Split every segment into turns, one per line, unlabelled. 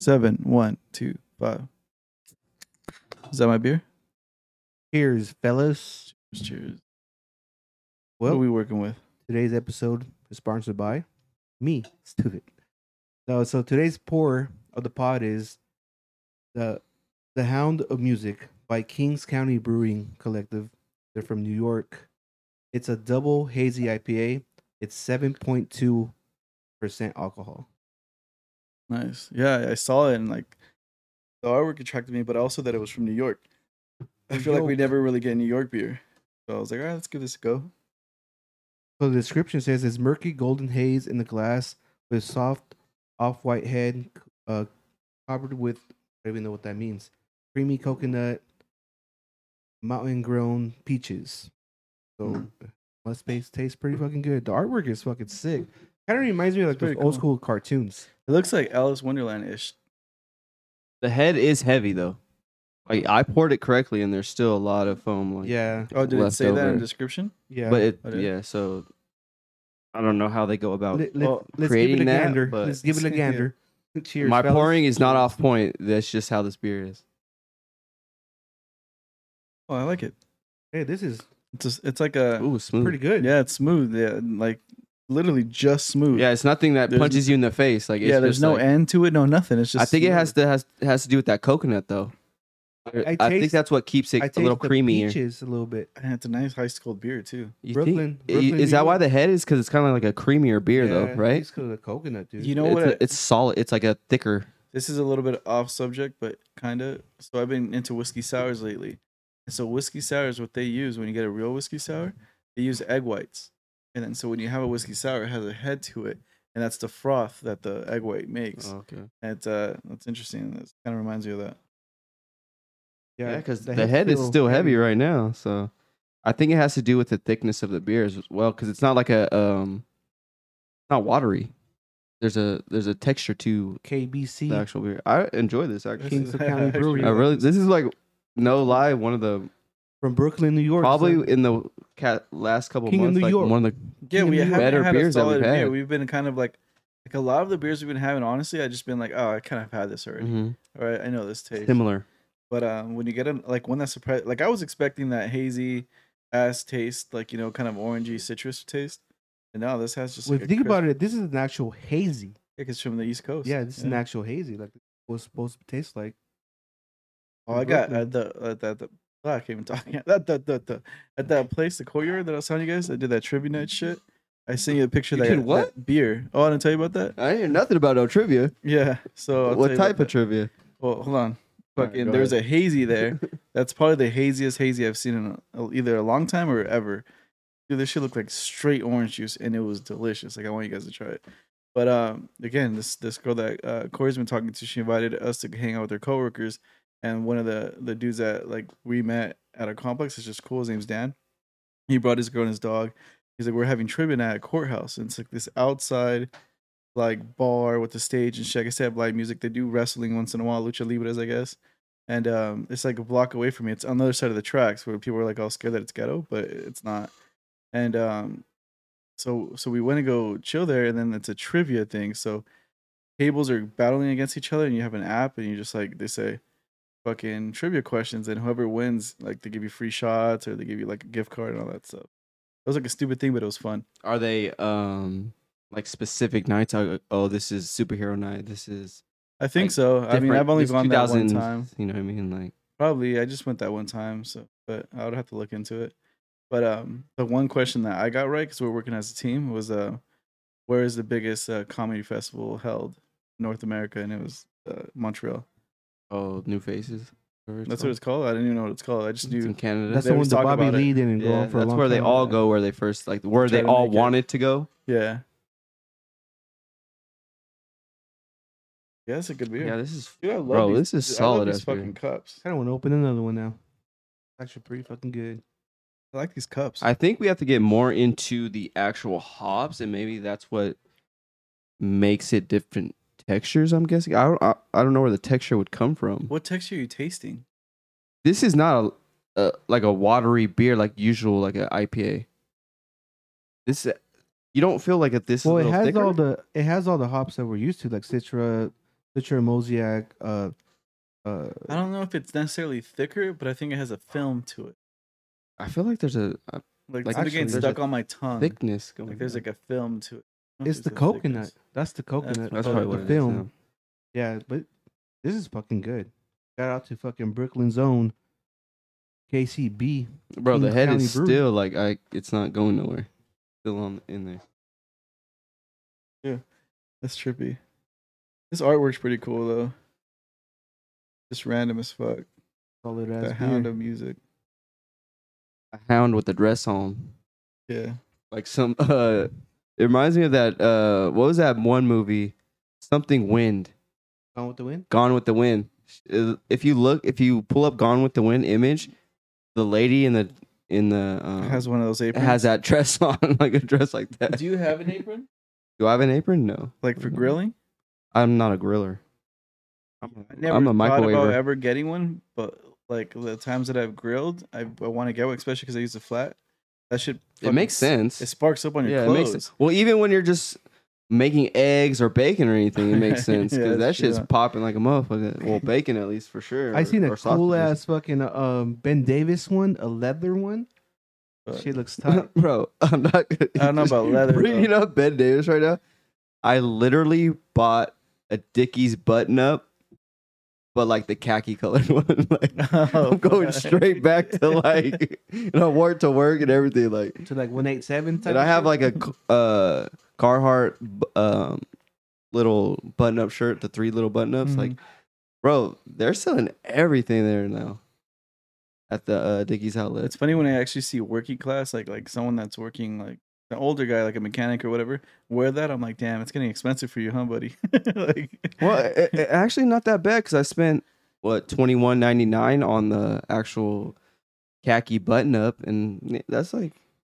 seven, one, two, five. Is that my beer?
Here's fellas.
Cheers. What are
Well,
we working with?
today's episode is sponsored by me, stupid. No, so today's pour of the pod is the the Hound of Music by Kings County Brewing Collective. They're from New York. It's a double hazy IPA. It's seven point two percent alcohol.
Nice. Yeah, I saw it and like the artwork attracted me, but also that it was from New York. I
New
feel like we
York.
never really get New York beer. So I was like, all right, let's give this a go.
So the description says it's murky golden haze in the glass with soft off-white head uh, covered with I don't even know what that means. Creamy coconut, mountain-grown peaches. So
Hmm.
let's face tastes pretty fucking good. The artwork is fucking sick. Kind of reminds me of like
It's
those
pretty
old
cool.
school cartoons.
It looks like Alice Wonderland ish.
The head is heavy though. Like I poured it correctly, and there's still a lot of foam. Like,
Yeah,
Oh, did it say that in
Leftover.
the description?
yeah.
but it,
I did.
yeah. So I don't know how they go about. Oh,
let,
well,
us give it
uh, creating
a
that,
gander.
but-
Let's give it a
Yeah.
gander. Cheers.
My
fellas.
pouring is not off point. That's just how this beer is.
Oh, I like it.
Hey, this is
It's just, it's like a
Ooh, smooth.
pretty good.
yeah, it's smooth. Yeah, like literally just smooth.
Yeah, it's nothing that
There's-
punches you in the face. Like it's
yeah. There's
just
no
like-
end to it, no nothing. It's just.
I think it has
smooth.
to has has to do with that coconut though. I,
I
think
taste-
that's what keeps it
I
a
taste
little
the
creamier.
peaches a little bit.
And it's a nice high school beer too.
You
Brooklyn-
i-
Brooklyn,
is
New
that why
York.
the head is? Because it's kind of like a creamier beer though, right?
It's 'cause of the coconut, dude.
You know
it's,
what?
a- it's solid. It's like a thicker.
this is a little bit off subject, but kind of. So I've been into whiskey sours lately. And so whiskey sours, what they use when you get a real whiskey sour, they use egg whites. And then so when you have a whiskey sour, it has a head to it, and that's the froth that the egg white makes.
okay.
And it's uh, that's interesting. That kind of reminds you of that.
Yeah, because the, head is still heavy right now. So I think it has to do with the thickness of the beer as well. Because it's not like a um, not watery. There's a there's a texture to
KBC.
the actual beer. I enjoy this actually.
Kingston County Brewery.
I really this is like no lie one of the
from Brooklyn, New York. son.
probably in the cat last couple
King of
months
New
like
York.
one of the
Yeah, we
New
haven't
York.
Better
had
beers
a
that we've
solid beer.
had.
We've been kind of like, like a lot of the beers we've been having. Honestly, I just been like, oh, I kind of had this already.
Mhm.
All right, I know this taste.
similar.
But um, when you get an, like one that surprised, like I was expecting that hazy ass taste, like you know, kind of
Mm.
orangey citrus taste, and now this has just
Well,
like
think about it. This is an actual hazy.
It's from the East Coast.
Yeah, this is an actual hazy. Like what's supposed to taste like.
Oh, I got at the at the, the oh, I can't even talk. That that that the at that place, the courtyard that I was telling you guys, I did that tribute night shit. I sent you a picture
You
that,
did what?
that beer. Oh, I didn't tell you about that.
I didn't know nothing about no trivia.
Yeah. So Oh, I'll tell
what
you about
type
that.
of trivia?
Well, hold on.
Alright,
Fucking,
go
there's a hazy there. That's probably the haziest hazy I've seen in a, either a long time or ever. Dude, this shit looked like straight orange juice, and it was delicious. Like I want you guys to try it. But um, again, this this girl that uh, Corey's been talking to, she invited us to hang out with her coworkers, and one of the the dudes that like we met at our complex is just cool. His name's Dan. He brought his girl and his dog. He's like, we're having trivia night at courthouse, and it's like this outside like bar with the stage and shit. I guess they have live music. They do wrestling once in a while, lucha libres, I guess. And um, it's like a block away from me. It's on the other side of the tracks where people are like all scared that it's ghetto, but it's not. And um, so so we went to go chill there, and then it's a trivia thing. So tables are battling against each other, and you have an app, and you just like they say fucking trivia questions, and whoever wins, like they give you free shots or they give you like a gift card and all that stuff. It was like a stupid thing, but it was fun.
Are they um like specific nights? I- Oh, this is superhero night. This is
I think
Like,
so. I mean,
different-
I've only
this
gone that one
2000s,
time.
You know what I mean? Like
Probably. I just went that one time, so but I would have to look into it. But um, the one question that I got right because we are working as a team was uh, where is the biggest uh, comedy festival held in North America? And it was uh, Montreal.
oh, new faces.
That's what it's called. I didn't even know what it's called. I just
in
knew.
Canada.
That's
They
the one
always
that
talk
Bobby
about it.
Lee didn't go
Yeah,
on for a
that's
long
where they
time.
all go. Where they first like where
Try
they
to
all
make it.
wanted to go.
Yeah. Yeah, that's a good beer.
Yeah, this is
Dude, I love
Bro,
these-
this is
dude, I love
solid
These
ass beer.
fucking cups.
Kind of want to open another one now. Actually, pretty fucking good.
I like these cups.
I think we have to get more into the actual hops, and maybe that's what makes it different textures. I'm guessing. I don't. I, I don't know where the texture would come from.
what texture are you tasting?
This is not a, a like a watery beer like usual, like an IPA. This you don't feel like a, this.
Well,
is a
it
little
has
thicker?
all the it has all the hops that we're used to, like Citra, the Chermosiak. Uh, uh,
I don't know if it's necessarily thicker, but I think it has a film to it.
I feel like there's a, a
Like,
Like,
something
actually,
getting
there's
stuck
a
on my tongue.
thickness going.
Like there's
on.
like a film to it. I don't know if
it's the
a
coconut.
thickness.
That's the coconut.
That's
uh,
probably what
the
it is,
film. Yeah, but this is fucking good. Shout out to fucking Brooklyn's own KCB.
yeah. bro. The
King
head is
County Brewery.
still like I. It's not going nowhere. Still on in there.
That's trippy. This artwork's pretty cool though. Just random as fuck.
Solid
the
ass
hound
beer.
of music.
A hound with a dress on.
Yeah.
Like some. uh It reminds me of that. uh What was that one movie? Something wind.
Gone with the wind.
Gone with the Wind. If you look, if you pull up Gone with the Wind image, the lady in the in the um,
It has one of those aprons.
has that dress on, like a dress like that.
Do you have an apron?
Do I have an apron? No.
Like for grilling?
I'm not a griller.
I
I'm,
never
I'm a
thought about
microwaver.
ever getting one, but like the times that I've grilled, I, I want to get one, especially because I use a flat. That should
It makes sense.
It sparks up on your
yeah,
clothes.
it makes sense. Well, even when you're just making eggs or bacon or anything, it makes sense
Yeah,
because that
that's true,
shit's
yeah.
popping like a motherfucker. Well, bacon at least for sure.
I
or-
seen a
or
cool
sausages.
ass fucking uh, um Ben Davis one, a leather one.
But-
Shit looks tight.
bro. I'm not. I
don't know about leather,
Bringing up Ben Davis right now, I literally bought a Dickies button up, but like the khaki colored one. like
Oh,
I'm going
fuck.
straight back to like, and I wore it to work and everything. Like,
to like one eight seven.
and I have like a uh, Carhartt b- um, little button up shirt, the three little button ups. Like,
Mm-hmm.
bro, they're selling everything there now. At the uh, Dickies outlet,
It's funny when I actually see working class, like like someone that's working like an older guy, like a mechanic or whatever, wear that. I'm like, damn, it's getting expensive for you, huh, buddy? like,
well, it, it- actually, not that bad because I spent what twenty one ninety nine on the actual khaki button up, and that's like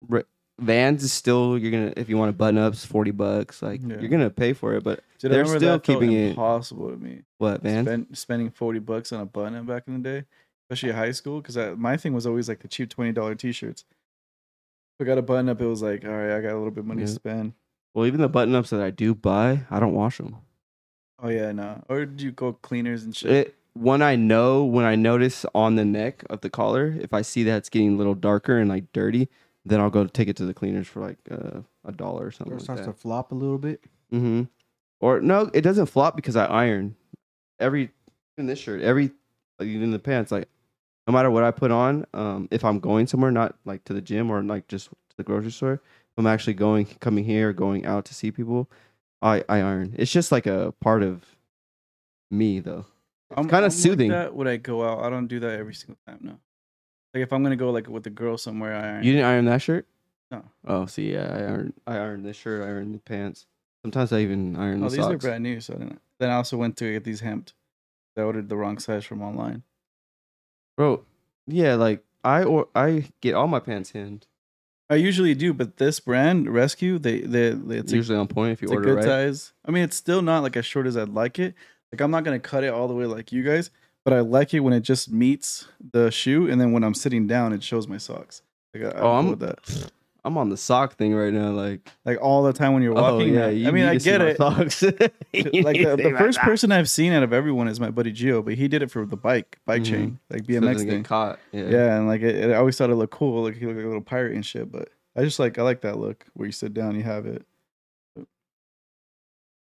re- Vans is still you're gonna if you want a button up, it's forty bucks. Like
Yeah.
you're gonna pay for it, but
Dude, I
They're
remember
still
that felt
keeping it-
impossible to me.
what Vans?
Spend, spending forty bucks on a button back in the day, especially at high school, because my thing was always like the cheap twenty dollar t-shirts. If I got a button up, it was like, all right, I got a little bit of money to
Yeah.
spend.
Well, even the button ups that I do buy, I don't wash them.
Oh yeah, no. Or do you go cleaners and shit?
It, when I know when I notice on the neck of the collar, if I see that it's getting a little darker and like dirty, then I'll go take it to the cleaners for like uh, a dollar or something.
Or
like
starts
that.
to flop a little bit.
Mm-hmm. Or no, it doesn't flop because I iron every in this shirt, every like, even the pants. Like no matter what I put on, um, if I'm going somewhere, not like to the gym or like just to the grocery store, if I'm actually going, coming here, or going out to see people, I I iron. It's just like a part of me though.
I'm
kinda
I'm like
soothing.
that when I go out, I don't do that every single time. No. Like if I'm gonna go like with a girl somewhere, I iron.
You didn't iron that shirt?
No.
Oh, see, yeah, I iron. I iron this shirt. I iron the pants. Sometimes I even iron
Oh,
the
these are
socks.
brand new, so I didn't. Then I also went to get these hemmed. I ordered the wrong size from online.
Bro, yeah, like I or I get all my pants hemmed.
I usually do, but this brand Rescue, they they, they
It's
it's,
usually on point if
a,
you
it's a
order
good
right.
size. I mean, it's still not like as short as I'd like it. Like I'm not gonna cut it all the way like you guys, but I like it when it just meets the shoe, and then when I'm sitting down, it shows my socks. Like I, I'm,
Oh,
cool
I'm-
with that.
I'm on the sock thing right now. Like,
Like all the time when you're walking.
oh yeah,
man.
you
I mean,
need
I
to see
get
my
it.
Socks.
like the, the first person I've seen out of everyone is my buddy Gio, but he did it for the bike bike
Mhm.
chain, like
BMX
BMX thing.
get caught. Yeah.
Yeah, and like it, it- I always thought it looked cool. Like he looked like a little pirate and shit. But I just like I like that look where you sit down, you have it.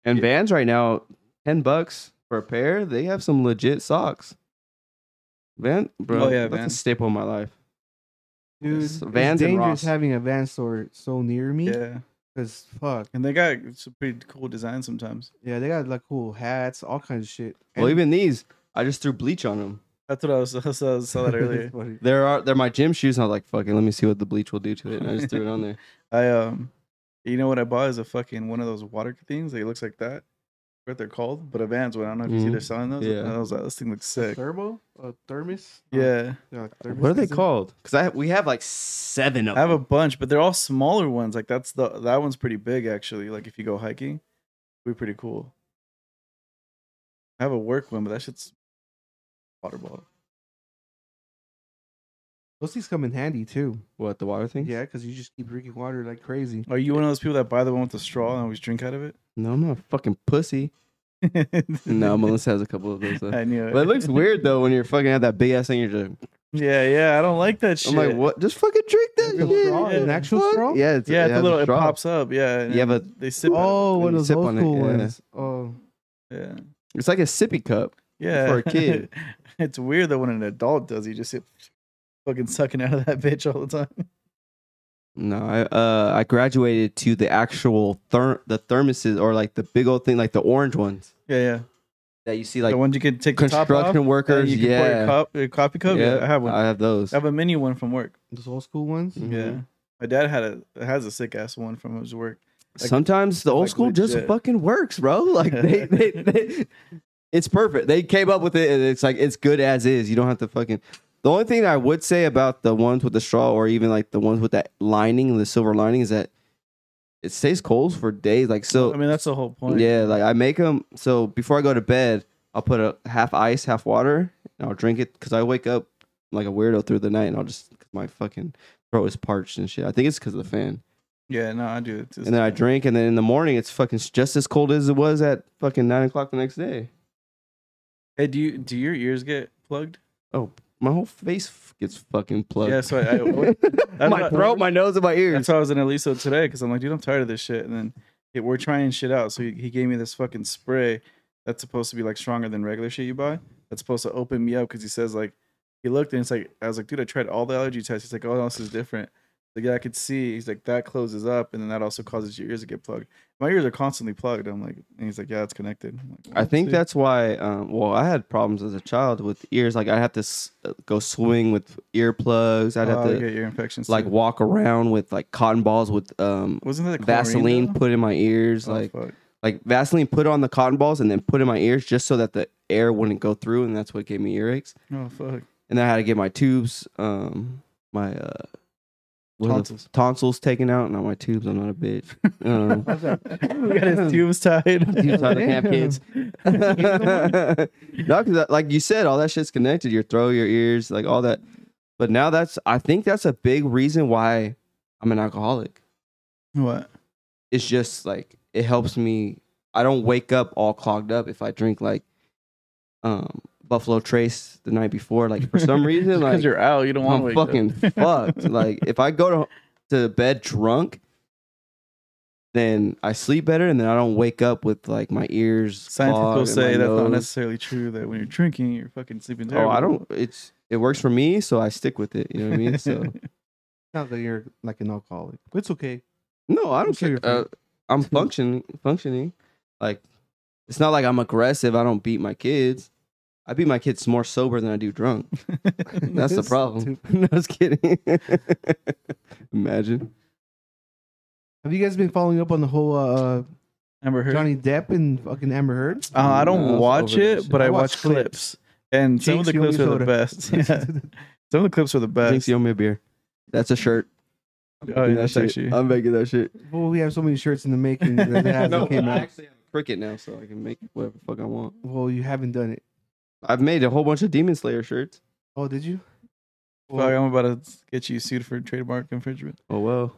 And Vans right now, ten bucks for a pair. They have some legit socks. Van, bro,
Oh, yeah,
that's a
Vans.
staple in my life.
Dude,
Yes.
Vans
Vans and
it's dangerous
Ross.
having a van store so near me.
Yeah,
Cause fuck,
and they got some pretty cool designs sometimes.
yeah, they got like cool hats, all kinds of shit.
Well,
And-
even these, I just threw bleach on them.
That's what I was I saw, saw that earlier.
It's funny.
There are they're my gym shoes, and I was like, "Fuck it, let me see what the bleach will do to it." And I just threw it on there.
I um, you know what I bought is a fucking one of those water things. that looks like that. What they're called, but a Vans one. I don't know if you see
Mhm.
they're selling those.
Yeah.
And I was like, this thing looks
A
sick.
Thermo, a thermos.
Yeah,
Yeah, like thermos
What are they
is it?
called? Because I we have like seven of
I have a
them.
bunch, but they're all smaller ones. Like that's the that one's pretty big actually. Like if you go hiking, it'd be pretty cool. I have a work one, but that shit's water bottle.
Those things come in handy too.
what the water thing?
Yeah, because you just keep drinking water like crazy.
Are you one of those people that buy the one with the straw and always drink out of it?
No, I'm not a fucking pussy. no, Melissa has a couple of those. Though.
I knew it.
But it looks weird though when you're fucking at that big ass thing. You're just,
Yeah, yeah. I don't like that shit.
I'm like, what? Just fucking drink that.
Like a
shit.
straw,
an
actual
Fuck.
straw?
Yeah, it's,
Yeah, it's
has
a little. It
straw.
pops up. Yeah. and
Yeah,
then
but
They sip. Oh.
Oh, one
and you
of those
sip
old
on it,
school
yeah.
ones. Oh,
Yeah.
It's like a sippy cup.
Yeah.
For a kid.
it's weird though when an adult does. it, You just sit fucking sucking out of that bitch all the time.
No, I uh I graduated to the actual therm the thermoses or like the big old thing, like the orange ones
Yeah, yeah.
that you see like
the ones you can take the top off.
construction workers.
and Uh, you can
yeah,
pour your, cup, your coffee cup. Yeah, I have one. I
I have those.
have a mini one from work.
those old school ones.
Mhm.
Yeah. My dad had a has a sick ass one from his work. like-
Sometimes the old
like
school just
legit.
fucking works, bro. Like they, they, they, it's perfect. They came up with it, and it's like it's good as is. You don't have to fucking. The only thing I would say about the ones with the straw, or even like the ones with that lining, the silver lining, is that it stays cold for days. Like so,
I mean, that's the whole point.
Yeah, like I make them. So before I go to bed, I'll put a half ice, half water, and I'll drink it because I wake up like a weirdo through the night, and I'll just cause my fucking throat is parched and shit. I think it's because of the fan.
Yeah, no, I do it. Too.
And then I drink, and then in the morning, it's fucking just as cold as it was at fucking nine o'clock the next day.
Hey, do you do your ears get plugged?
Oh, my whole face f- gets fucking plugged.
Yeah, so I- I- what- that's
my
what-
throat, my nose, and my ears.
That's why I was in Aliso today because I'm like, dude, I'm tired of this shit. And then it, we're trying shit out. So he, he gave me this fucking spray that's supposed to be like stronger than regular shit you buy. That's supposed to open me up because he says like he looked and it's like I was like, dude, I tried all the allergy tests. He's like, oh, this is different. Like yeah, I could see. He's like that closes up, and then that also causes your ears to get plugged. My ears are constantly plugged. I'm like, and he's like, yeah, it's connected. I'm like,
I think
see.
that's why. Um, well, I had problems as a child with ears. Like I have to s- uh, go swing with earplugs. I'd have
Oh,
to
you get your infections.
like
too.
walk around with like cotton balls with um
wasn't that chlorine,
Vaseline
though?
put in my ears,
Oh,
like
fuck.
like Vaseline put on the cotton balls and then put in my ears just so that the air wouldn't go through, and that's what gave me earaches.
oh fuck.
And then I had to get my tubes, um, my uh, what are the-
Tonsils.
tonsils taken out. Not my tubes. I'm not a bitch. Um,
we got his tubes tied.
tubes out of camp kids. no, because like you said, all that shit's connected. Your throat, your ears, like all that. But now that's I think that's a big reason why I'm an alcoholic.
what?
it's just like it helps me i don't wake up all clogged up if i drink like um buffalo trace the night before like for some reason
Because
like
you're out, you don't want
i'm
to
fucking fucked like if i go to to bed drunk then i sleep better and then i don't wake up with like my ears
Scientists will
clogged and my
say that's not
nose.
necessarily true. That when you're drinking, you're fucking sleeping
oh
terrible.
i don't it's it works for me so i stick with it you know what i mean so
Sounds like you're like an alcoholic. But it's okay.
No, I
I'm
don't
sure
care.
you're fine.
Uh, I'm functioning, functioning. Like, it's not like I'm aggressive. I don't beat my kids. I beat my kids more sober than I do drunk. That's the problem. no, I was kidding. Imagine.
Have you guys been following up on the whole uh,
Amber Heard.
Johnny Depp and fucking Amber Heard?
Uh, I don't
No, I was
watch
over that
it,
shit.
but I,
I
watch,
watch
clips. And some of the
Jinx, you
clips
owe
are the
me
best. Yeah. Some of the clips are the
Jinx,
best.
you owe me a beer. That's a shirt. I'm
Oh, yeah,
making that
that's
shit.
actually-
I'm making that shit.
well, we have so many shirts in the making that it hasn't
No,
came
I
out.
actually have a cricket now, so I can make whatever the fuck I want.
Well, you haven't done it.
I've made a whole bunch of Demon Slayer shirts.
Oh, did you?
Fuck, I'm about to get you sued for trademark infringement.
Oh well.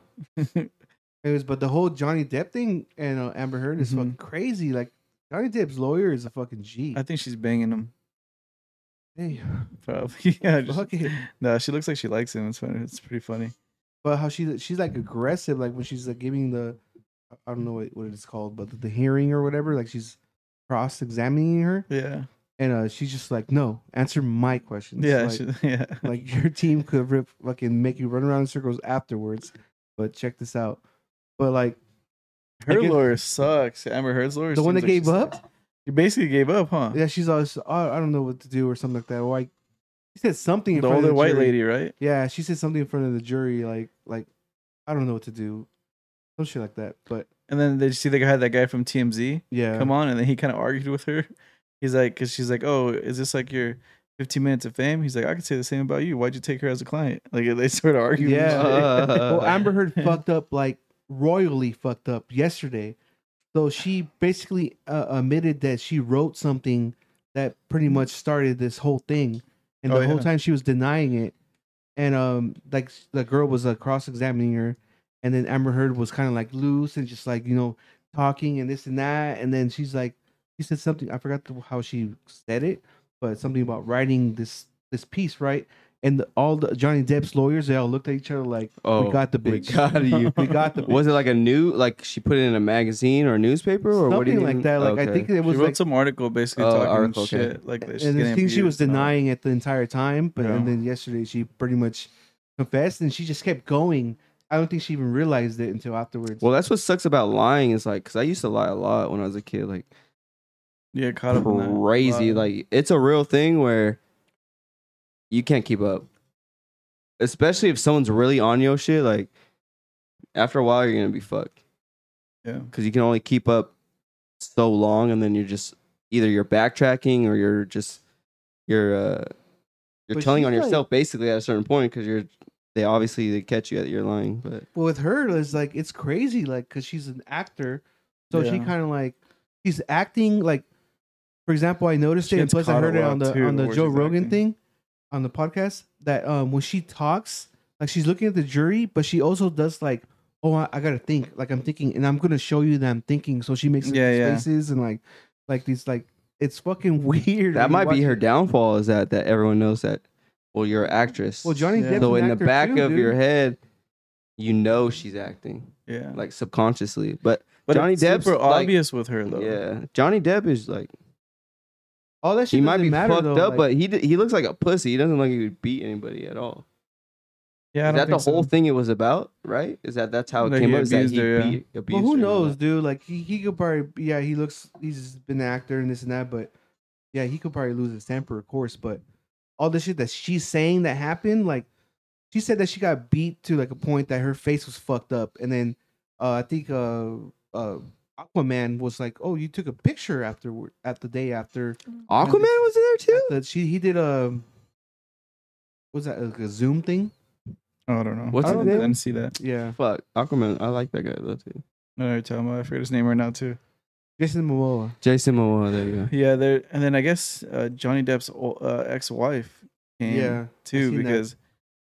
Anyways, but the whole Johnny Depp thing and uh, Amber Heard is
Mhm.
fucking crazy. Like Johnny Depp's lawyer is a fucking G.
I think she's banging him.
hey,
Probably. Yeah. Just,
fuck it.
no, she looks like she likes him. It's funny. It's pretty funny.
But how she she's like aggressive, like when she's like giving the I don't know what, what it's called, but the, hearing or whatever. Like she's cross examining her,
Yeah.
and uh, she's just like, "No, answer my questions."
Yeah.
like,
she, yeah.
like your team could rip fucking make you run around in circles afterwards. But check this out. But like I
Her
guess-
lawyer sucks. Amber Heard's lawyer.
the one
seems
that
like she
gave up.
sucks. She basically gave up, huh?
Yeah, she's always oh, I don't know what to do or something like that. Or like she said something. In
The
front of
older
the
white
jury.
lady, right?
Yeah, she said something in front of the jury, like like I don't know what to do, some shit like that. But
And then did you see the guy, that guy from TMZ,
yeah,
come on? And then he kind of argued with her. He's like, because she's like, oh, is this like your 15 minutes of fame? He's like, I could say the same about you. Why'd you take her as a client? Like they sort of argued. and
Yeah.
shit.
Well, oh, Amber Heard fucked up like royally fucked up yesterday. So she basically uh, admitted that she wrote something that pretty much started this whole thing, and the
Oh,
whole
yeah.
time she was denying it. And um, like the girl was uh, cross examining her, and then Amber Heard was kind of like loose and just like you know talking and this and that, and then she's like she said something. I forgot the, how she said it, but something about writing this this piece, right? And the, all the Johnny Depp's lawyers, they all looked at each other like,
Oh,
"We got the
we
bitch.
got you.
we got the bitch."
Was it like a new like she put it in a magazine or a newspaper or
something
what do you
like
mean?
that. Like I
Okay.
think it
She
was
wrote
like,
some article basically
Oh,
talking
article, okay.
shit like that. She's
and
getting
the thing she was
abused and all that.
denying it the entire time, but and
Yeah.
then yesterday she pretty much confessed, and she just kept going. I don't think she even realized it until afterwards.
Well, that's what sucks about lying is like because I used to lie a lot when I was a kid, like
Yeah, caught up in that.
crazy.
Wow.
Like it's a real thing where you can't keep up, especially if someone's really on your shit. Like after a while, you're gonna be fucked
yeah,
because you can only keep up so long, and then you're just either you're backtracking or you're just you're uh you're
But
telling
she's
on
like-
yourself basically at a certain point because you're they obviously they catch you at you're lying, but
But with her, it's like it's crazy, like because she's an actor, so she
Yeah.
kind of like she's acting like. For example, I noticed
She
it, and
gets
plus I
caught a
heard it
lot,
on the
too,
on the
where
Joe
she's
Rogan
acting.
thing, on the podcast that um when she talks, like she's looking at the jury, but she also does like, oh, I, I gotta think, like I'm thinking, and I'm gonna show you that I'm thinking. So she makes
Yeah,
these
yeah.
faces and like, like these like it's fucking weird. when
that
you
might be
watch
her
it.
downfall is that that everyone knows that well you're an actress
Well, Johnny
Yeah.
Depp's
so
an
in the
actor
back
too,
of
dude.
your head you know she's acting
yeah.
like subconsciously but
but
Johnny
it's
Depp's,
super
like-
obvious with her though.
yeah johnny depp is like
all that shit
he might
doesn't
be
matter,
fucked
though,
up
like-
but he d- he looks like a pussy he doesn't look like he would beat anybody at all
yeah. I
is
don't
that the
think so.
whole thing it was about right is that that's how it
That
came
he
up is that
abused
he
her, yeah.
beat, abused
Well, who
her and all
knows,
that.
dude? Like he, he could probably yeah he looks he's been an actor and this and that, but yeah he could probably lose his temper, of course. But all the shit that she's saying that happened, like she said that she got beat to like a point that her face was fucked up, and then uh, I think uh, uh, Aquaman was like, oh, you took a picture afterward at the day after
aquaman was in there too
that she he did a was that like a Zoom thing?
Oh, I don't know.
What's
I
his
don't
name?
I didn't see that.
Yeah,
fuck aquaman i like that guy though too
I know what you're talking about. I forget his name right now too.
Jason Momoa.
jason momoa there you go
Yeah, there. And then I guess uh, Johnny Depp's ol- uh, ex-wife came
Yeah,
too
seen that.
because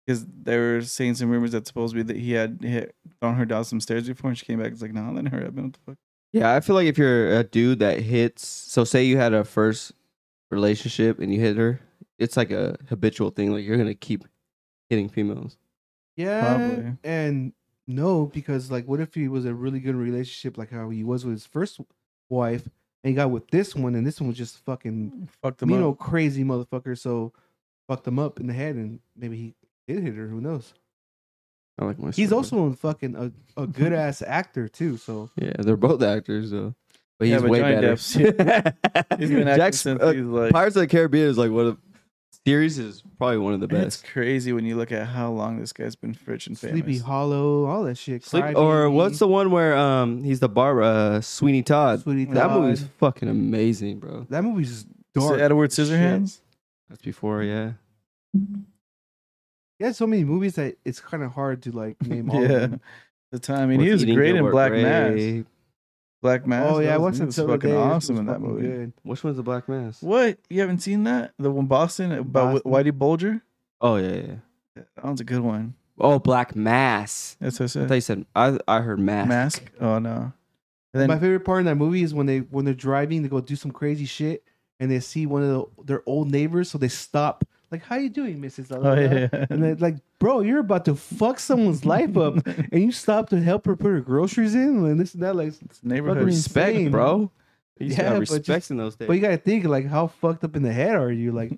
because they were saying some rumors that supposedly that he had hit, thrown her down some stairs before, and she came back. It's like, nah, that never happened. What the fuck?
Yeah, I feel like if you're a dude that hits, so say you had a first relationship and you hit her, it's like a habitual thing. Like you're gonna keep hitting females.
Yeah,
Probably.
and no, because like, what if he was a really good relationship, like how he was with his first wife, and he got with this one, and this one was just fucking
Mm, Fucked him
you
up.
know crazy motherfucker, so fucked him up in the head, and maybe he did hit her. Who knows?
I like my.
He's
story.
also a fucking a, a good ass actor too. So
yeah, they're both actors though, but he's
Yeah, but
way
Johnny
better.
Depp's- He's been acting
Jack's-
since
uh,
he's like.
Pirates of the Caribbean is like one of series is probably one of the
It's
best.
crazy when you look at how long this guy's been rich and famous.
Sleepy Hollow, all that shit.
Sleep, or what's the one where um he's the bar uh, Sweeney Todd?
Sweetie
That
Todd.
movie's fucking amazing, bro.
That movie's
Is it
dark.
Edward
as shit.
Scissorhands.
That's before, yeah.
He had so many movies that it's kind of hard to like name all. Of
Yeah.
them.
The time, I mean,
With
he was
Eating
great in
Gilbert
Black
Grape.
Mass. Black Mass.
Oh yeah, I
that was-
watched
he
it
was
the other
fucking
day. It was
awesome in that
fucking
movie.
good.
Which one's the Black Mass?
What? You haven't seen that? The one Boston about
Boston.
Whitey Bulger?
Oh yeah, yeah. yeah.
That one's a good one.
Oh, Black Mass.
That's what I
I
said.
thought you said I. I heard mask.
Mask. Oh no. And
My
then
favorite part in that movie is when they when they're driving, they go do some crazy shit, and they see one of the, their old neighbors, so they stop. Like, how you doing, Mrs. La- la-
oh
la?"
yeah,
uh, And they're like, bro, you're about to fuck someone's life up, and you stop to help her put her groceries in and this and that. Like,
It's neighborhood.
Fucking-
Respect,
Insane.
bro. You used to
Yeah,
have
but
respect
just-
in those days.
but you gotta think like, how fucked up in the head are you? Like,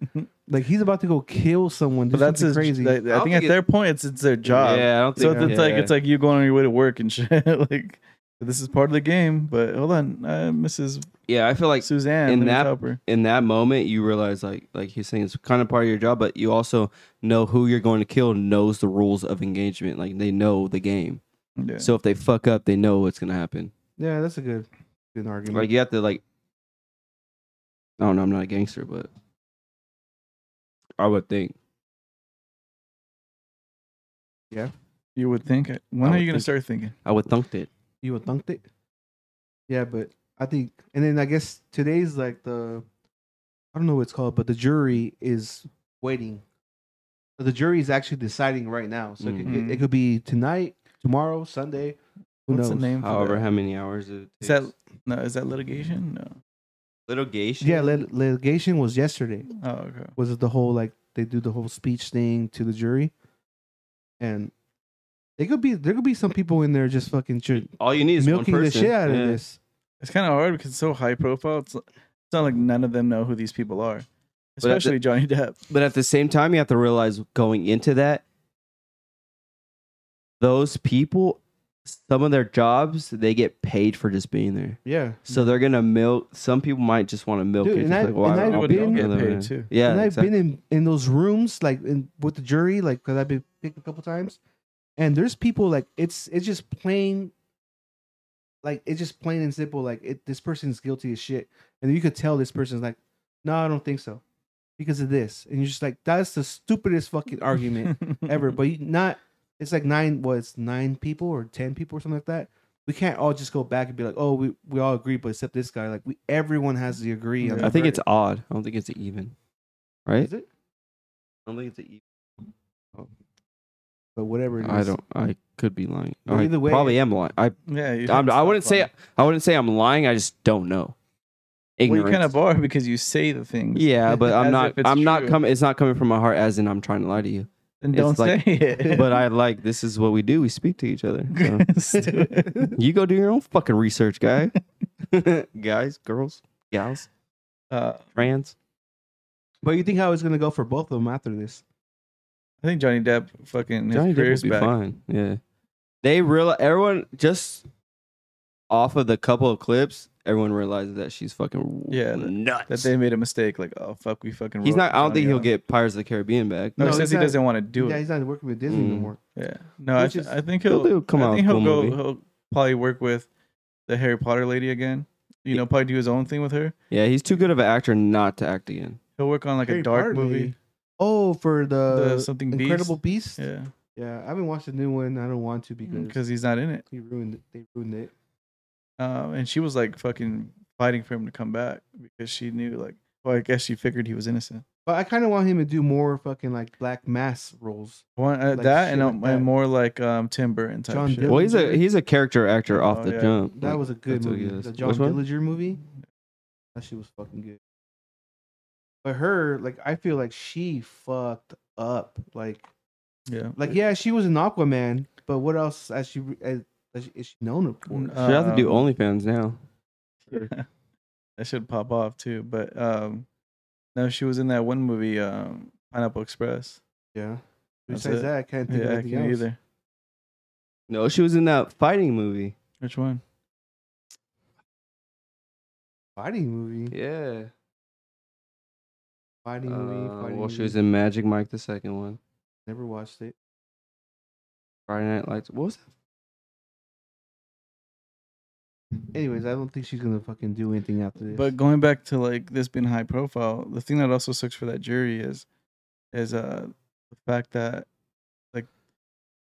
like he's about to go kill someone. do
But that's
something
his,
crazy.
crazy.
I
I
don't
think at
think it-
their point, it's it's their job.
Yeah, I don't
So
think.
it's, it's like it's like you going on your way to work and shit. like this is part of the game. But hold on, uh, Mrs.
yeah. I feel like
Suzanne
in
let me
that-
help her.
in that moment you realize like like he's saying it's kind of part of your job, but you also know who you're going to kill knows the rules of engagement. Like they know the game.
Yeah.
So if they fuck up, they know what's gonna happen.
yeah, that's a good, good argument.
Like you have to like. I don't know. I'm not a gangster, but I would think.
you would think. uh, When
I
are
would
you gonna
think-
start thinking?
I would thunk it.
you would thunked it. Yeah, but I think, and then I guess today's like the, I don't know what it's called, but the jury is waiting. So the jury is actually deciding right now, so it, could,
Mhm.
it, could be tonight, tomorrow, Sunday. Who
What's
knows?
the name? For
However,
that?
how many hours it
Is
takes.
that no? Is that litigation? No.
Litigation.
Yeah, lit- litigation was yesterday.
Oh, okay.
Was it the whole like they do the whole speech thing to the jury, and they could be there could be some people in there just fucking ju-
All you need is
milking
one
the
person.
shit out
Yeah.
of this.
It's kind of hard because it's so high profile. It's, it's not like none of them know who these people are,
at the-
especially Johnny Depp.
But at the same time, you have to realize going into that, those people, some of their jobs, they get paid for just being there.
Yeah,
So they're gonna milk. Some people might just want to milk
Mm. Dude,
it.
and
just
I-
like, well,
and
I
I've
don't
been-
want to
Get
milk it.
paid, too.
Yeah,
and I've
exactly.
been in in those rooms like in, with the jury, like because I've been picked a couple times, and there's people like it's it's just plain, like it's just plain and simple. Like it, this person's guilty as shit, and you could tell this person's like, no, I don't think so, because of this, and you're just like, that's the stupidest fucking argument ever. But you not, it's like nine, what it's nine people or ten people or something like that. We can't all just go back and be like, oh, we, we all agree, but except this guy. Like we, everyone has to agree. on
Yeah.
the
I think
verdict.
it's odd. I don't think it's even. Right?
Is it?
I don't think it's an even.
But whatever. It is.
I don't. I could be lying.
But
I
either way-
probably am lying. I
yeah, you
I'm, I wouldn't say
Well,
I wouldn't say I'm lying. I just don't know. Ignorance.
you kind of are because you say the things.
yeah, but I'm
as
not.
if it's
I'm not
true.
coming. It's not coming from my heart, as in I'm trying to lie to you.
and
it's
don't
like-
say it.
But I uh, like this is what we do. We speak to each other. so.
Stupid.
you go do your own fucking research, guy. Guys, girls, gals,
uh,
trans.
But you think how it's gonna go for both of them after this?
I think Johnny Depp fucking his
Johnny Depp
career's
will be
back.
fine. Yeah, they real everyone just off of the couple of clips. Everyone realizes that she's fucking
Yeah, that-
nuts.
That they made a mistake. Like, oh fuck, we fucking.
He's
wrote
not. I don't
Johnny
think he'll
off.
get Pirates of the Caribbean back.
No,
No,
he
he's
says he
not-
doesn't want to do
yeah,
it.
he's not working with Disney
Mm.
anymore.
Yeah. No, I,
Which
th-
is-
I think
He'll
he'll,
do- come
I
out
think
with a
he'll
cool
go.
movie.
He'll probably work with the Harry Potter lady again. You know, probably do his own thing with her.
Yeah, he's too good of an actor not to act again.
He'll work on like
Harry
a dark
Potter
movie.
movie. Oh, for
the
the,
something
Incredible Beast. Yeah.
Yeah, Mm,
I haven't watched the new one. I don't want to because
because he's not in it.
he ruined. It. They ruined it.
Um, and she was like fucking fighting for him to come back because she knew like. Well, I guess she figured he was innocent.
But I kind of want him to do more fucking like Black Mass roles.
One, uh,
Like
that and,
shit
uh,
like that.
and more like um, Tim Burton type
John
shit.
Dillon.
Well, he's a he's a character actor off
Oh,
the
yeah.
jump.
That was a good
that's what he
movie.
is.
The John
Which one?
Dillinger movie. That shit was fucking good. But her, like, I feel like she fucked up. Like,
Yeah,
like yeah, she was an Aquaman, but what else has she has, has she, is she known for?
Mm,
She'll have to do
Um,
OnlyFans now.
that should pop off too. But um, no, she was in that one movie, um, Pineapple Express.
Yeah.
That's
Besides
it.
that, I can't think of
Yeah, I
anything
can
else.
either.
No, she was in that fighting movie.
Which one?
Fighting movie.
Yeah. Uh,
Fighting movie. Fighting
well, she
movie.
was in Magic Mike, the second one.
Never watched it.
Friday Night Lights. What was that?
Anyways, I don't think she's gonna fucking do anything after this.
But going back to like this being high profile, the thing that also sucks for that jury is is uh the fact that like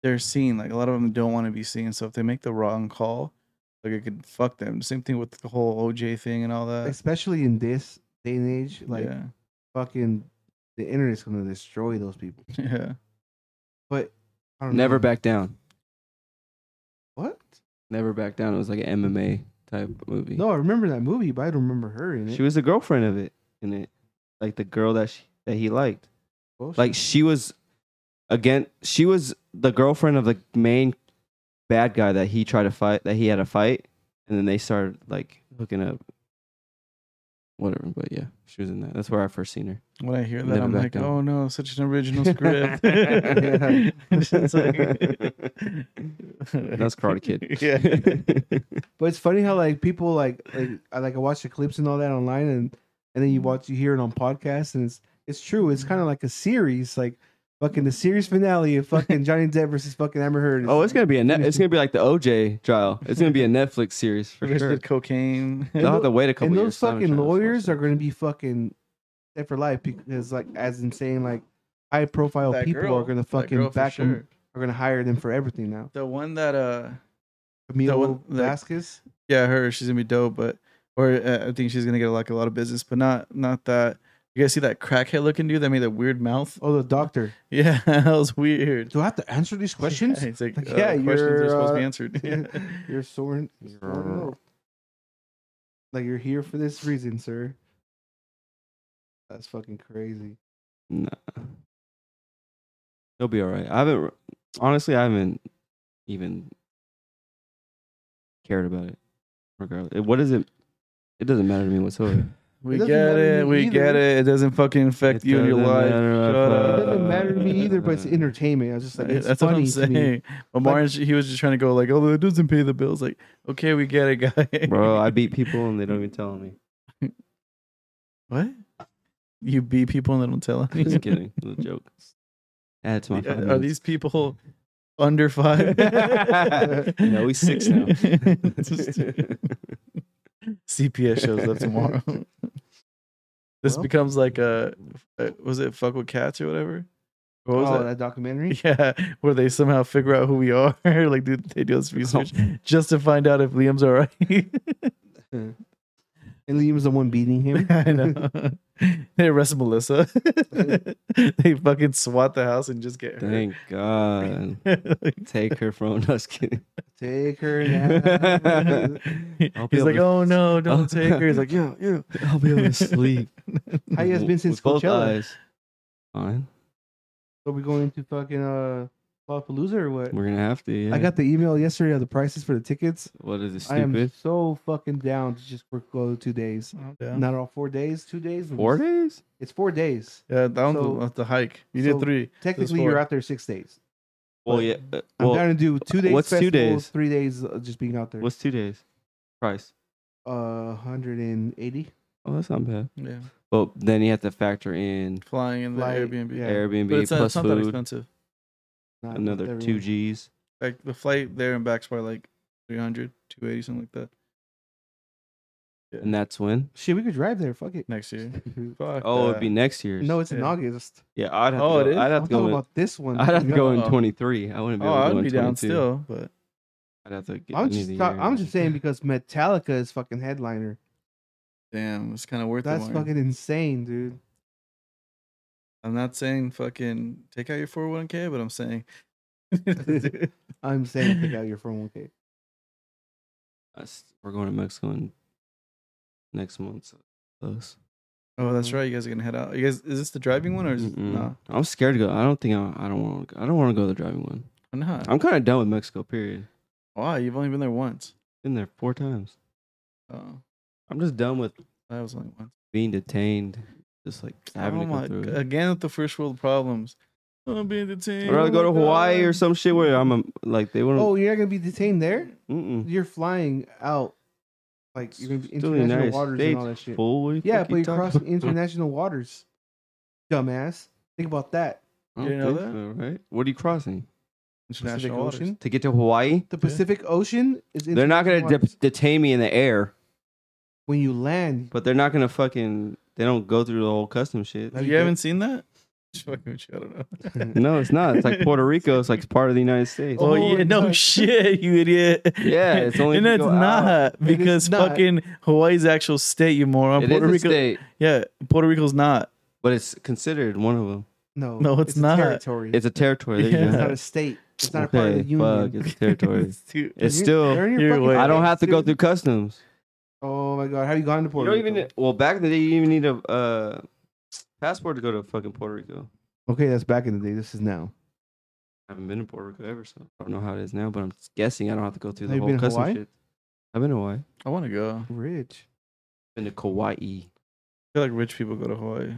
they're seen. Like a lot of them don't want to be seen. So if they make the wrong call, like it could fuck them. Same thing with the whole OJ thing and all
uh,
that.
especially in this day and age, like
yeah,
fucking the internet's gonna destroy those people.
yeah.
But I don't
Never
know.
Back Down.
What?
Never Back Down. It was like an MMA type movie.
No, I remember that movie, but I don't remember her in it.
she was the girlfriend of it in it, like the girl that she that he liked.
Bullshit.
Like she was again. She was the girlfriend of the main bad guy that he tried to fight. That he had a fight, and then they started like hooking up. Whatever, but yeah, she was in that. That's where I first seen her.
When I hear that,
Never
I'm
back
like,
down.
oh no, such an original script. It's like-
That's Karate Kid.
Yeah.
But it's funny how like people like like I like I watch the clips and all that online and and
Mm-hmm.
then you watch you hear it on podcasts and it's it's true. It's kind of like a series, like fucking the series finale of fucking Johnny Depp versus fucking Amber Heard.
oh, it's gonna be a net.
finish
It's gonna be like the OJ trial. It's gonna be a Netflix series for
Rich
sure.
did cocaine.
They'll have to wait a couple.
and those
years.
fucking lawyers are gonna be fucking set for life because like as I'm saying like high profile
That
people
girl-
are gonna
that
fucking
girl for
back them
sure.
are gonna hire them for everything now.
The one that uh
Camilo
one- the-
Vasquez.
yeah, her she's gonna be dope, but or uh, I think she's gonna get like a lot of business, but not not that. You guys see that crackhead looking dude that made that weird mouth?
Oh, the doctor.
Yeah, that was weird.
Do I have to answer these questions?
Yeah, it's like,
Like,
uh,
yeah,
questions are
you're,
supposed to
uh,
be answered. Yeah.
You're sworn. sworn oath. Like you're here for this reason, sir. That's fucking crazy.
Nah. It'll be all right. I haven't, honestly, I haven't even cared about it. Regardless, It- what is it? It doesn't matter to me whatsoever.
We
doesn't
get
matter to
it.
me
We
either.
get it. It doesn't fucking affect
It
you in your
doesn't
life.
matter if,
Shut
uh,
up.
It doesn't matter to me either, but it's entertainment. I was just like,
Right?
it's
That's what
funny
I'm
to me.
saying. But Martin, he was just trying to go like, "Oh, it doesn't pay the bills." Like, okay, we get it, guy.
Bro, I beat people and they don't even tell me.
what? You beat people and they don't tell you.
Just kidding. It was a joke. Add it to my five
Are
minutes.
these people under five?
No, he's six now.
Just- CPS shows up tomorrow. this
Well.
becomes like a, uh was it fuck with cats or whatever? What was
oh,
that?
that documentary?
Yeah, where they somehow figure out who we are. like, dude, they do this research
Oh.
just to find out if Liam's all right.
And Liam's the one beating him.
I know. they arrest Melissa. they fucking swat the house and just get
Thank God.
her.
Take her phone. No, I was kidding.
Take her now.
I'll be
He's
able
like,
to-
oh no, don't
I'll-
take her. He's like, yeah, yeah.
I'll be able to sleep.
How you guys been
With
since
both
Coachella?
eyes. Fine.
Are we going to fucking uh Lollapalooza or what?
We're gonna have to. Yeah.
I got the email yesterday of the prices for the tickets.
What is it?
I am
Stupid.
so fucking down to just work go two days.
Yeah,
Not all four days, two days.
Four days?
It's four days.
yeah that one's
So-
the, the hike. You
so-
did three.
Technically,
four.
you're out there six days.
Well, yeah. uh,
I'm
well,
down to do two days.
what's two
festivals,
days?
Three days uh, just being out there.
what's two days? Price.
uh, hundred and eighty?
Oh, that's not bad.
Yeah,
But then you have to factor in
flying in the
Flight,
Airbnb.
yeah.
Airbnb
But it's, not- it's
plus
not that
food.
expensive.
Another two G's.
Like the flight there and back's probably like 300, 280, something like that
And that's when?
Shit, we could drive there. Fuck it.
next year. Fuck
Oh,
that.
it'd be next year's.
no, it's in
Yeah.
August.
Yeah, I'd have
Oh,
to
it is?
go. I'd
I'm
have to go
talking
in,
about this one.
I'd have to go in
Oh.
23. I wouldn't be
Oh,
able to
I
go
would
in
be
22.
down still, but
I'd have to get
I'm
any of
just,
the
ta-
year.
I'm just saying because Metallica is fucking headliner.
damn, it's kind of worth
That's
it. Warren.
fucking insane, dude.
I'm not saying fucking take out your 401k, but I'm saying
I'm saying pick out your 401k.
Us- We're going to Mexico in next month. So close.
Oh, that's right. You guys are gonna head out. You guys, is this the driving one or is it
Mm-mm.
no?
I'm scared to go. I don't think I, I don't want. I don't want to go to the driving one.
I'm not.
I'm kind of done with Mexico. Period.
Why? You've only been there once.
Been there four times.
Oh,
I'm just done with
that was only once.
being detained. Just like having
oh
to go
my!
through.
g-
it.
Again with the first world problems. I'm being detained.
I'd rather go to
Oh my
Hawaii or
God.
some shit where I'm a, like they wouldn't.
Mm-hmm. Oh, you're not gonna be detained there.
mm-mm.
You're flying out, like you're gonna be
Still in the
international waters
United States,
and all that shit.
fool. What the
yeah,
fuck
but
you
you're
talking
crossing
about?
international waters, dumbass. Think about that.
I
You
don't
know
think
that?
so, right? What are you crossing
Pacific
International waters.
Ocean.
to get to Hawaii?
The Pacific Ocean is.
They're not gonna
international
de-
waters.
detain me in the air,
when you land.
but they're not gonna fucking. They don't go through the whole custom shit.
Have
Have
you
you,
been-
haven't seen that? Just fucking with you, I don't know.
No, it's not. It's like Puerto Rico. It's like it's part of the United States.
Oh,
Oh,
yeah,
it's
no
not.
shit, you idiot.
Yeah, it's only if
and
you
it's
go
not
It is
because
not.
fucking Hawaii's actual state, you moron.
It is
Puerto
a
Rico,
state,
yeah, Puerto Rico's not.
but it's considered one of them.
No,
No, it's
a
not.
territory.
It's a territory. There
It's
you
Yeah.
not
go.
a state. It's not a part of the
Okay,
union.
Fuck, it's a territory.
Dude,
It's
You're-
still.
they're in your
You're
fucking
way-
I don't have to go
states,
through
dude.
customs.
Oh my god, how you gone to
You
Puerto
don't
Rico?
even. Well, back in the day, you didn't even need a uh, passport to go to fucking Puerto Rico.
Okay, that's back in the day. This is now.
I haven't been to Puerto Rico ever, so I don't know how it is now. But I'm guessing I don't have to go through
Have you
the whole
been to
customs
Hawaii?
shit. I've been to Hawaii.
I want to go.
Rich.
Been to Kauai.
I feel like rich people go to Hawaii.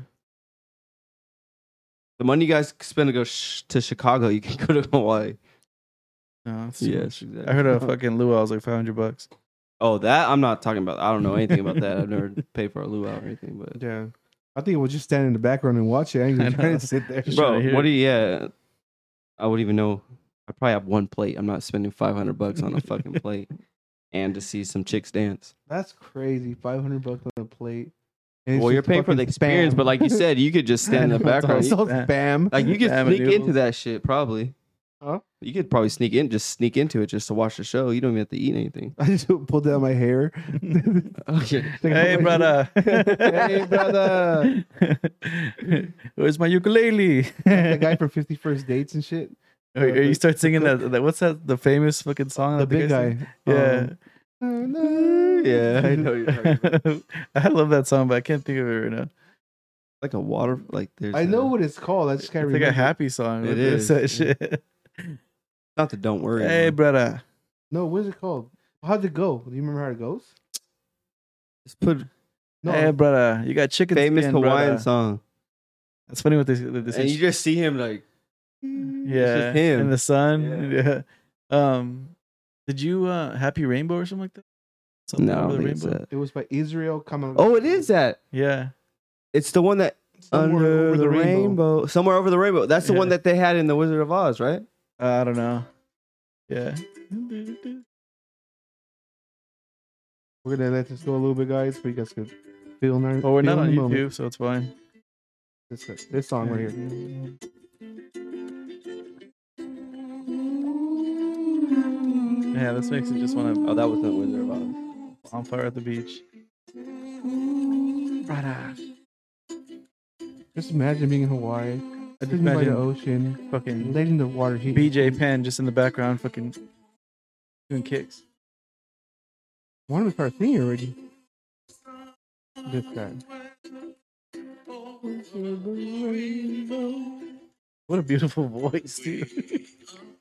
The money you guys spend to go sh- to Chicago, you can go to Hawaii.
No, it's too
Yes, exactly.
I heard a fucking luau was like five hundred bucks.
Oh, that I'm not talking about. I don't know anything about that. I've never paid for a luau or anything. But
Yeah. I think we'll just stand in the background and watch it. I ain't
I
even trying
know.
to sit there.
Just trying to
bro,
hear
what
it.
do you? Yeah, I would even know. I probably have one plate. I'm not spending 500 bucks on a fucking plate and to see some chicks dance.
That's crazy. Five hundred bucks on a plate. And it's
well,
just
you're paying for the
fucking
experience,
spam.
but like you said, you could just stand in the
I know, it's
background.
it's
awesome.
all
Yeah.
spam.
Like you could
Damn,
sneak
dude.
into that shit probably.
Huh?
You could probably sneak in, just sneak into it, just to watch the show. You don't even have to eat anything.
I just pulled down my hair.
Hey, brother.
Hey, brother.
Where's my ukulele? Oh,
The guy from Fifty First Dates and shit.
Or- or you start singing that, that. What's that? The famous fucking song.
The
that
big
guy
guy.
sings? Yeah.
Um,
yeah, I know you're talking about.
I love that song, but I can't think of it right now.
like a water. Like there's.
I know
a-
what it's called. I just
It's
can't
like
remember.
a happy song.
It
It is. That
is.
shit.
not the don't worry.
Hey,
one.
brother.
No, what is it called? How'd it go? Do you remember how it goes?
Just put
No,
Hey, brother. You got chicken
famous
skin,
Hawaiian
brother.
song,
That's funny what they, what they say.
and you just see him like.
yeah,
it's just him.
in the sun. Yeah. Um, did you uh Happy Rainbow or something like that? Something
no, I
over
don't
the
think it's
rainbow.
that.
it was by Israel Kamen.
Oh, it is that.
Yeah,
It's the one that
Somewhere
under
Over
the, rainbow. somewhere over the rainbow. That's the
Yeah.
one that they had in the Wizard of Oz, right?
uh, I don't know. Yeah,
We're gonna let this go a little bit, guys, but you guys could feel. Well,
well, Oh, we're not on YouTube, so it's fine.
This, this song right here.
Yeah, this makes it just want to
Oh, that was the Wizard of Oz.
on fire at the beach. Brother.
Just imagine being in Hawaii,
I just
sitting by the
imagine
ocean,
fucking
letting the water heat.
BJ Penn just in the background, fucking doing kicks.
Why don't we start singing already? This guy.
What a beautiful voice, dude.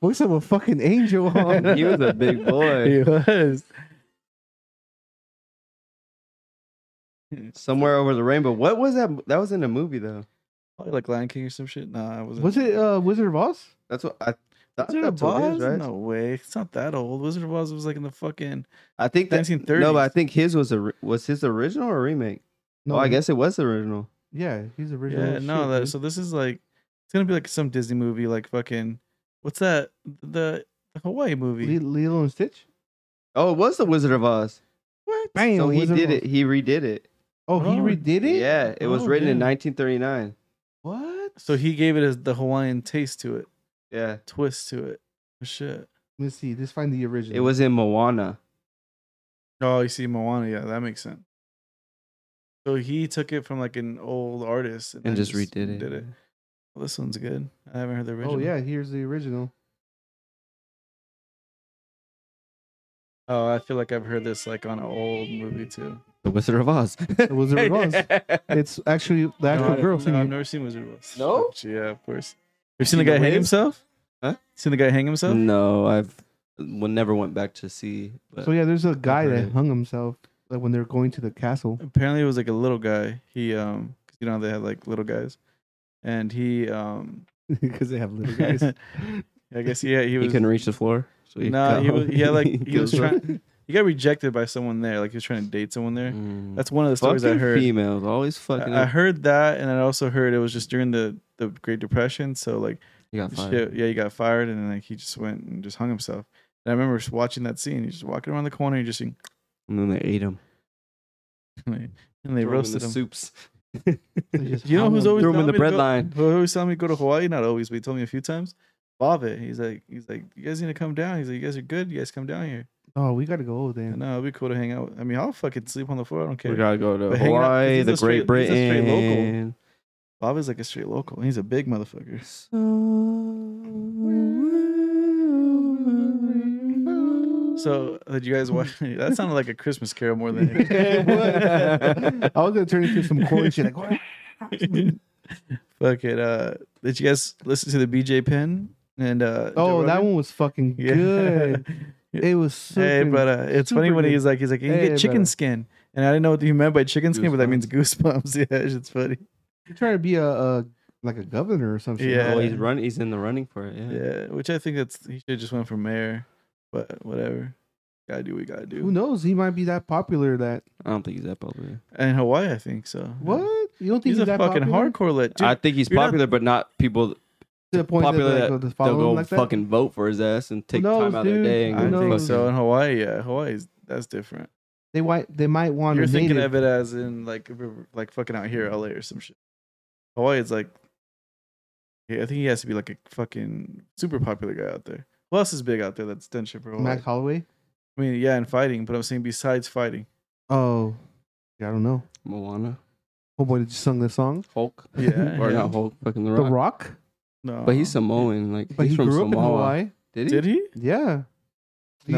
Voice of a fucking angel. on.
He was a big boy.
He was.
Somewhere over the rainbow. What was that? That was in a movie though.
Probably like Lion King or some shit. Nah, I wasn't.
was it uh, Wizard of Oz?
That's what I. That,
Wizard
that's
of
what it
Oz?
is, right?
No way. It's not that old. Wizard of Oz was like in the fucking.
I think that,
1930s.
No, but I think his was a re- was his original or remake. No, I guess it was the original.
Yeah, he's original.
Oh, Yeah,
as
no.
shit,
That,
dude.
so this is like. It's gonna be like some Disney movie, like fucking. What's that? The, the Hawaii movie.
Li- Lilo and Stitch.
Oh, it was the Wizard of Oz.
What?
Bam,
so he
Wizard of Oz.
did it. He redid it.
Oh, he
Oh,
redid it.
Yeah, it was
Oh,
written in
damn.
1939.
What?
So he gave it as the Hawaiian taste to it,
Yeah,
twist to it. Shit.
Let's see. Let's find the original.
it was in Moana.
Oh, you see Moana. Yeah, that makes sense. So he took it from like an old artist
And
then
just redid it.
Did it. Well, this one's good. I haven't heard the original.
Oh yeah, here's the original.
Oh, I feel like I've heard this like on an old movie too.
The Wizard of Oz.
The Wizard of Oz. It's actually the actual
no, I-
girl
no, I've
singing.
never seen Wizard of Oz.
No?
Shit, yeah, of course. You've seen the
Seen The
guy hang
Wiz?
himself?
Huh? Mm.
Seen the guy hang himself?
no, I've well, never went back to see. But
so yeah, there's a guy
heard
that
it.
hung himself like, when they're going to the castle.
Apparently, it was like a little guy. He um, 'cause you know they had like little guys, and he um,
because they have little guys.
I guess yeah, he
he,
was.
couldn't reach the floor. So
Nah,
got
he was-
home.
yeah, like, he was
goes
trying-
up.
He got rejected by someone there. Like he was trying to date someone there.
Mm.
That's one of the stories I
fucking
heard.
females always fucking.
I, I
up.
heard that, and I also heard it was just during the the Great Depression. So like.
You got fired.
Shit, yeah, he got fired, and then like he just went and just hung himself. And I remember just watching that scene. He's just walking around the corner, and just seeing,
And then they ate him.
and they roasted him.
soups.
just
You know
hung
who's always
him.
Threw him in
telling
the
me to
bread
go-
line.
Who always telling me to go to Hawaii? Not always, but he told me a few times. Bobbitt, he's like, he's like, you guys need to come down. He's like, you guys are good. You guys come down here.
Oh, we gotta go there.
And no, it'd be cool to hang out. I mean, I'll fucking sleep on the floor. I don't
We
care.
gotta go to
But hanging out-
Hawaii,
he's a
the Great
straight- he's a straight local.
Britain.
Bobbitt's like a straight local. and He's a big motherfucker. So, did you guys watch? that sounded like a Christmas carol more than anything.
It was. I was gonna turn into some corn shit. Like,
Fuck it. Uh, did you guys listen to the BJ Penn and uh?
oh,
Joe
that
Rogan?
one was fucking
Yeah.
good. It was super.
hey, but uh, it's funny
super
when
good.
he's like, he's like, you can
Hey,
get chicken
brother.
skin, and I didn't know what he meant by chicken skin, but that means goosebumps. Yeah, it's funny.
You're trying to be a, a like a governor or something.
Yeah.
Oh, he's run. He's in the running for it. Yeah.
Yeah, which I think that's he should just went for mayor, but whatever. Gotta do what we gotta do.
Who knows? He might be that popular that
I don't think he's that popular.
And Hawaii, I think so.
what? You don't think
He's,
he's,
a
that
fucking
popular?
hardcore lit. Dude,
I think he's
you're not-
popular, but not people
to the point
popular
that,
that
like, they'll
they'll
follow him
go
like that?
fucking vote for his ass and take
knows,
time out of their
dude?
day.
I
And
who
think
go
knows?
so. In Hawaii, yeah, Hawaii's that's different.
They might they might want
You're
to
thinking
native.
of it as in like r- like fucking out here, LA or some shit. Hawaii, it's like yeah, I think he has to be like a fucking super popular guy out there. Who else is big out there that's done shit for Hawaii?
Max Holloway.
I mean, yeah, and fighting, but I'm saying besides fighting,
Oh, yeah, I don't know.
Moana,
Oh boy, did you sung this song?
Hulk,
Yeah,
or
yeah.
not Hulk, fucking the
The
Rock.
Rock,
no.
But he's Samoan. Like
but
he's
he
from
grew up in
Samoa.
Hawaii.
Did he?
did he?
Yeah, You,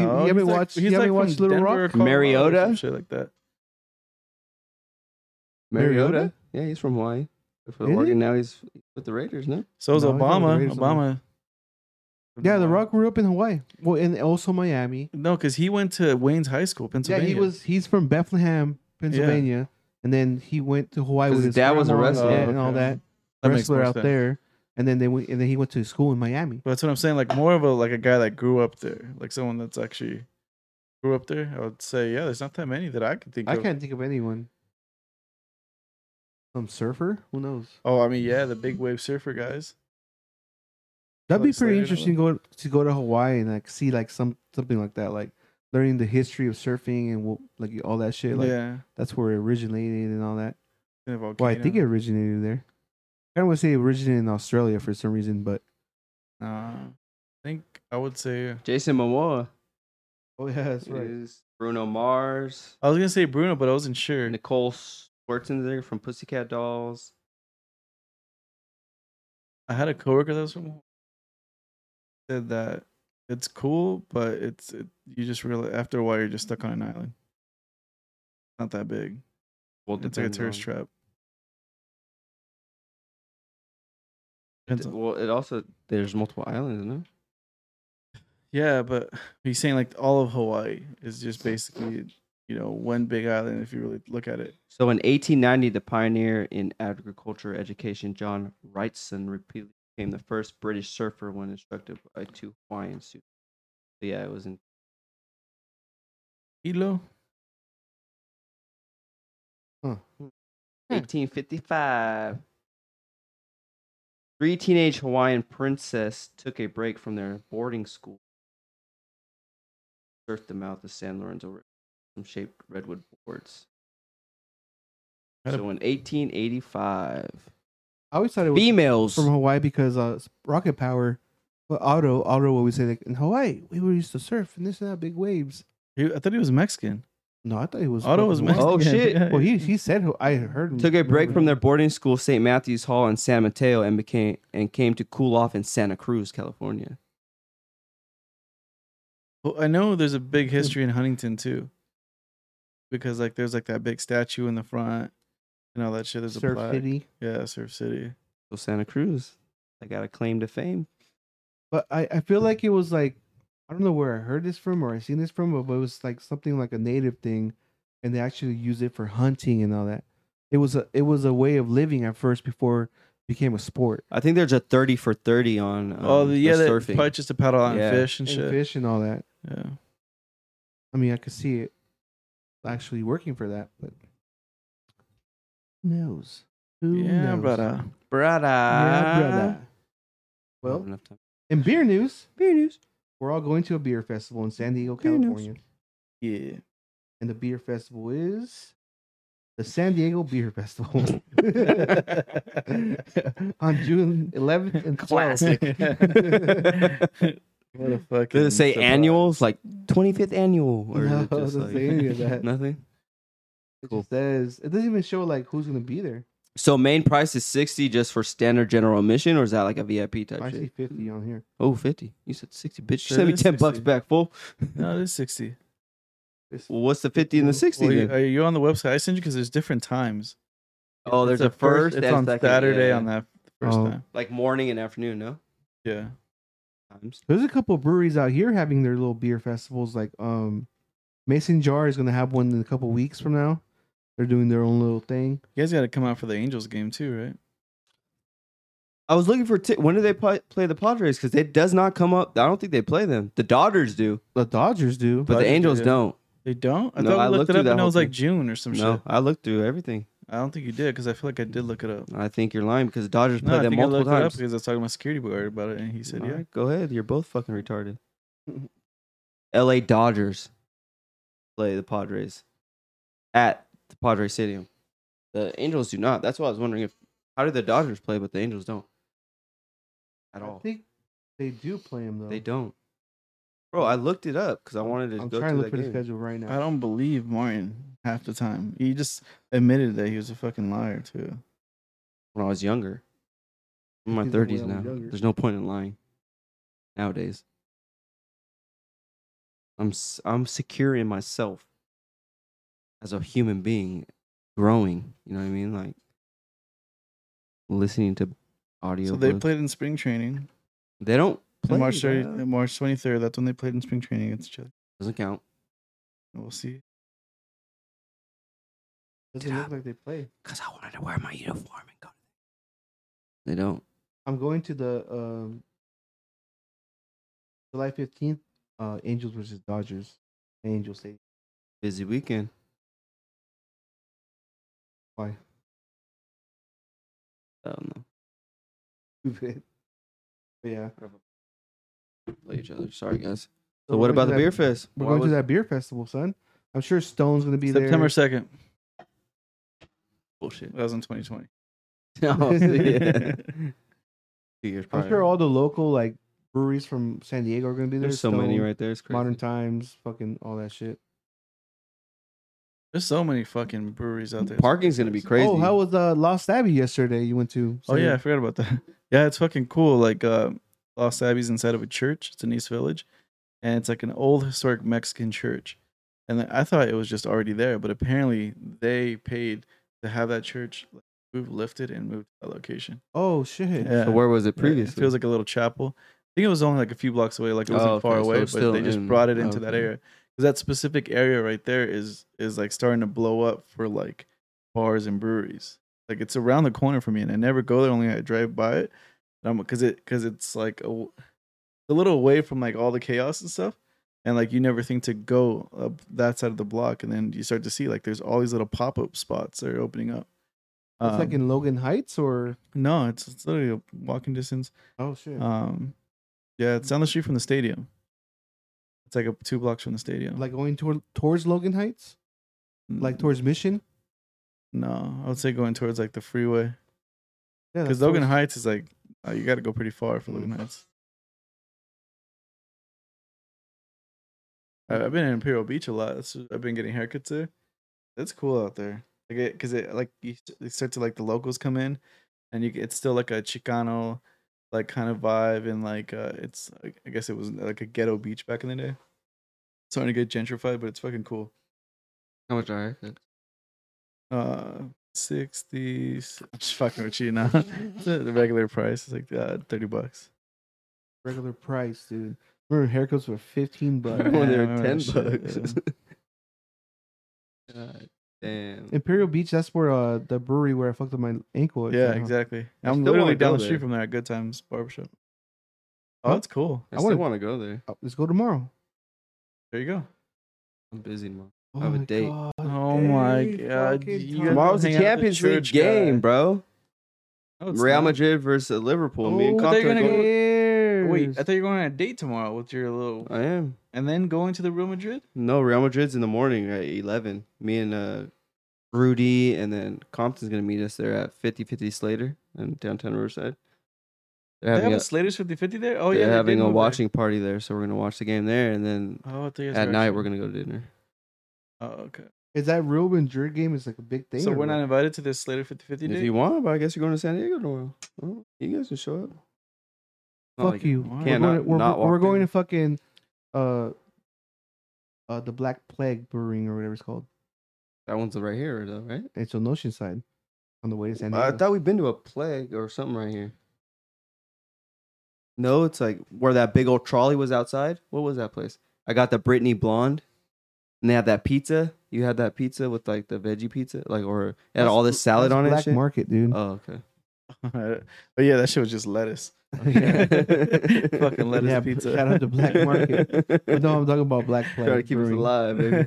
he's
you haven't
like-
watched.
he's
you haven't
like from
watched Little
Denver or
Rock.
Colorado or
Mariota?
some shit like that.
Mariota?
Mariota?
Yeah, he's from Hawaii. For
Is he?
Oregon, now he's with the Raiders, no?
So is
No, he's not
Obama.
raised
Obama.
Yeah, The Rock grew up in Hawaii. Well, and also Miami.
No, because he went to Wayne's High School,
Yeah,
Pennsylvania.
he was. He's from Bethlehem, Pennsylvania, and then he went to Hawaii
'Cause
with his
his dad was a
grandma and
wrestler. Oh,
dad and all
Oh, Okay.
that,
That makes
wrestler
more
out
sense.
there. And then they went, and then he went to school in Miami.
But that's what I'm saying. Like more of a like a guy that grew up there, like someone that's actually grew up there. I would say, yeah, there's not that many that I can think
I
of.
can't think of anyone. Some surfer? Who knows?
Oh, I mean, yeah, the big wave surfer guys.
That'd be
Alex
pretty
Slater,
interesting go to go to Hawaii and like see like some something like that, like learning the history of surfing and what, like all that shit. Like
yeah.
that's where it originated and all that.
in a
Well, I
volcano.
think it originated there. I don't want to say it originated in Australia for some reason, but
Uh, I think I would say.
Jason Momoa.
oh yeah, that's
is Bruno Mars.
I was gonna say Bruno, but I wasn't sure.
Nicole Schwarzenegger from Pussycat Dolls.
I had a coworker that was from said that it's cool, but it's it, you just realize after a while you're just stuck on an island. Not that big.
Well,
It's like a
depends
tourist
on-
trap.
it-
Depends on-
Well, it also there's multiple islands, isn't there?
Yeah, but he's saying like all of Hawaii is just basically you know one big island if you really look at it.
So in 1890, the pioneer in agriculture education, John Wrightson, repeatedly became the first British surfer when instructed by two Hawaiian students. So yeah, it was in.
Hilo.
1855. Three teenage Hawaiian princess took a break from their boarding school. Surfed the mouth of San Lorenzo River, some shaped redwood boards.
Had a-
So in 1885,
I always thought it was
females.
from Hawaii because uh, Rocket Power, but Otto, Otto always say like in Hawaii we were used to surf and this and that big waves.
He, I thought he was Mexican.
No, I thought it was
Otto was
fucking
Mexican.
Hawaii.
Oh, shit.
Yeah.
Well, he he said I heard him
took a break from their boarding school, St. Matthew's Hall in San Mateo, and became and came to cool off in Santa Cruz, California.
Well, I know there's a big history in Huntington too, because like there's like that big statue in the front and all that shit. There's a
surf
plaque.
city.
Yeah, Surf City.
So Santa Cruz, I got a claim to fame.
But I, I
Hmm.
feel like it was like I don't know where I heard this from or I seen this from, but it was like something like a native thing, and they actually use it for hunting and all that. It was a it was a way of living at first before it became a sport
I think there's a 30 for 30 on um,
oh, the, yeah,
the
that
surfing.
probably just to paddle out
Yeah.
and fish and,
and
shit.
fish and all that.
Yeah,
I mean, I could see it actually working for that, but who knows? Who
yeah, uh,
knows?
brother. Ah.
brother.
Yeah, brother. Well,
enough time.
in beer news,
Beer news.
we're all going to a beer festival in San Diego,
Beer news.
California,
Yeah,
and the beer festival is the San Diego Beer Festival on June 11th and 12th.
Classic.
what a fucking.
Did it say
surprise.
annuals like 25th annual or
No,
is
it
it just
doesn't
like,
say any of that.
nothing?
It
Cool.
just says it doesn't even show like who's gonna be there.
So main price is 60 just for standard general admission or is that like a VIP type
I see
shit?
50 on here.
Oh, 50. You said 60, bitch. You
That
sent me
is
10 bucks
60.
back, fool.
No, it is sixty.
It's-
Well, what's the 50 and the 60
Well, you- uh,
then?
are you on the website? I sent you because there's different times.
Oh, there's
It's
a first.
It's
and a
on
second,
Saturday
yeah.
on that first
Oh.
time.
like morning and afternoon. No
Yeah.
times.
There's a couple of breweries out here having their little beer festivals. Like um, Mason Jar is going to have one in a couple of weeks from now. They're doing their own little thing.
You guys got to come out for the Angels game too, right?
I was looking for t- when do they play, play the Padres because it does not come up. I don't think they play them. The Dodgers do,
The Dodgers do.
but
Dodgers
the
do,
Angels
yeah.
don't.
They don't. I
No,
thought we
I
looked,
looked
it
through
up
that
and it
whole
was like
thing.
June or some
No,
shit.
I looked through everything.
I don't think you did because I feel like I did look it up.
I think you're lying because the Dodgers
No,
played
I
them
think I
multiple
looked it up
times.
because I was talking to my security guard about it, and he said, "Yeah,
Alright, go ahead. You're both fucking retarded. L.A. Dodgers play the Padres at the Padres Stadium. The Angels do not. That's why I was wondering if how do the Dodgers play, but the Angels don't at
I
all.
think they do play them though.
They don't. Bro, I looked it up because I wanted to
I'm
go
trying to
to the
look for the
game.
schedule right
I
now.
don't believe Martin half the time." He just admitted that he was a fucking liar too.
when I was younger. I'm in my
He's like, when
thirties
I was
now.
younger.
There's no point in lying nowadays. I'm s- I'm secure in myself as a human being, growing. You know what I mean? Like listening to audio.
So they played in spring training.
They don't play.
On March 30,
bro.
March 23rd, that's when they played in spring training against each other.
Doesn't count.
And We'll see.
Doesn't look like they play.
Cause I wanted to wear my uniform and go. They don't.
I'm going to the um, July 15th, uh, Angels versus Dodgers. Angels Stadium.
Busy weekend.
Why?
I don't know.
Stupid. But yeah.
Play each other. Sorry, guys.
So
So what
we're going
about
to
the
that-
beer fest?
We're
Why
going
was-
to that beer festival, son. I'm sure Stone's going to be
September
there.
2nd.
bullshit.
That was in 2020.
No, Oh, yeah. Two years
I'm
prior.
sure all the local like breweries from San Diego are going to be there.
There's so many
Stone,
right there. It's crazy.
Modern Times, fucking all that shit.
There's so many fucking breweries out there.
Parking's gonna be crazy.
Oh, how was uh, Lost Abbey yesterday? You went to?
Oh yeah, I forgot about that. Yeah, it's fucking cool. Like uh, Lost Abbey's inside of a church. It's in East Village, and it's like an old historic Mexican church. And I thought it was just already there, but apparently they paid to have that church move lifted and moved to that location.
Oh shit.
Yeah.
So where was it previously?
It feels like a little chapel. I think it was only like a few blocks away. Like it wasn't
Oh, okay,
far
so
away,
it's
but
still
they just
in-
brought it into that
okay.
area because that specific area right there is is like starting to blow up for like bars and breweries. Like it's around the corner from me, and I never go there. Only I drive by it. And I'm because it because it's like a, w- a little away from like all the chaos and stuff. And like you never think to go up that side of the block, and then you start to see like there's all these little pop up spots that are opening up.
It's like
Um,
in Logan Heights or
no, it's, it's literally a walking distance.
oh shit.
uh,
Um, yeah, it's down the street from the stadium. It's like a, two blocks from the stadium.
like going toward, towards Logan Heights, like towards Mission.
no, I would say going towards like the freeway
Yeah, that's
because Logan
towards-
Heights is like uh, you got to go pretty far for Logan Heights. I, I've been in Imperial Beach a lot. That's, I've been getting haircuts there. That's cool out there. Like it, cause it like you s- you start to like the locals come in, and you it's still like a Chicano, like kind of vibe and like uh it's like, I guess it was like a ghetto beach back in the day. It's starting to get gentrified, but it's fucking cool.
how much are it?
Uh, sixty. I'm just fucking with you now. the the regular price is like uh, thirty bucks.
regular price, dude. Remember haircuts were fifteen bucks.
Yeah,
When they
I
were
remember
ten
that
bucks.
shit,
God damn.
Imperial Beach, that's where uh, the brewery where I fucked up my ankle.
Yeah,
exactly.
exactly.
I
I'm
still
literally
wanna go
down the street
there.
from there at Good Times Barbershop. Oh,
Huh?
it's cool.
I,
I
still
wanna-
want to go there.
Oh, Let's go tomorrow.
There you go.
I'm busy tomorrow.
Oh
have a
my
date.
God,
Oh my
every
God, you
fucking time.
gotta
Tomorrow's the
hang out with the
Champions League
church guy.
game, bro.
No, it's
Real
not.
Madrid versus Liverpool. Me and
Oh, they're
Compton are
gonna
going-
Years.
Oh, Wait, I thought you were going on a date tomorrow with your little,
I am.
and then going to the Real Madrid.
No, Real Madrid's in the morning at 11. Me and uh, Rudy and then Compton's going to meet us there at 5050 Slater in downtown Riverside.
They
They're having
have
a,
a Slater's 50-50 there. Oh
they're
yeah, they did
having a
move there.
watching party there, so we're going to watch the game there. And then
Oh, I thought you guys
at
were
night,
actually-
we're going to go to dinner.
Oh, okay.
Is that Real Madrid game is like a big thing?
So
or
we're not
what?
invited to this Slater 50-50
if
date.
you want, but I guess you're going to San Diego tomorrow. Well, you guys can show up. Not
Fuck
like-
you.
Why?
We're
Can't
going, to,
not-
we're,
not
we're
walk
going to
in.
fucking uh uh the Black Plague Brewing or whatever it's called.
That one's right here, though, right?
It's on Ocean Side, on the way to San Diego.
I thought we'd been to a plague or something right here. No, it's like where that big old trolley was outside. What was that place? I got the Brittany Blonde, and they had that pizza. You had that pizza with like the veggie pizza, like or it had
That's
all this
bl-
salad
that's
on it. and
Black
shit.
Market, dude.
Oh, okay.
but yeah, that shit was just lettuce. Fucking lettuce
Yeah,
pizza.
shout out to Black Market. But no, I'm talking about Black Plague.
Trying to keep us
Brewing.
alive, baby.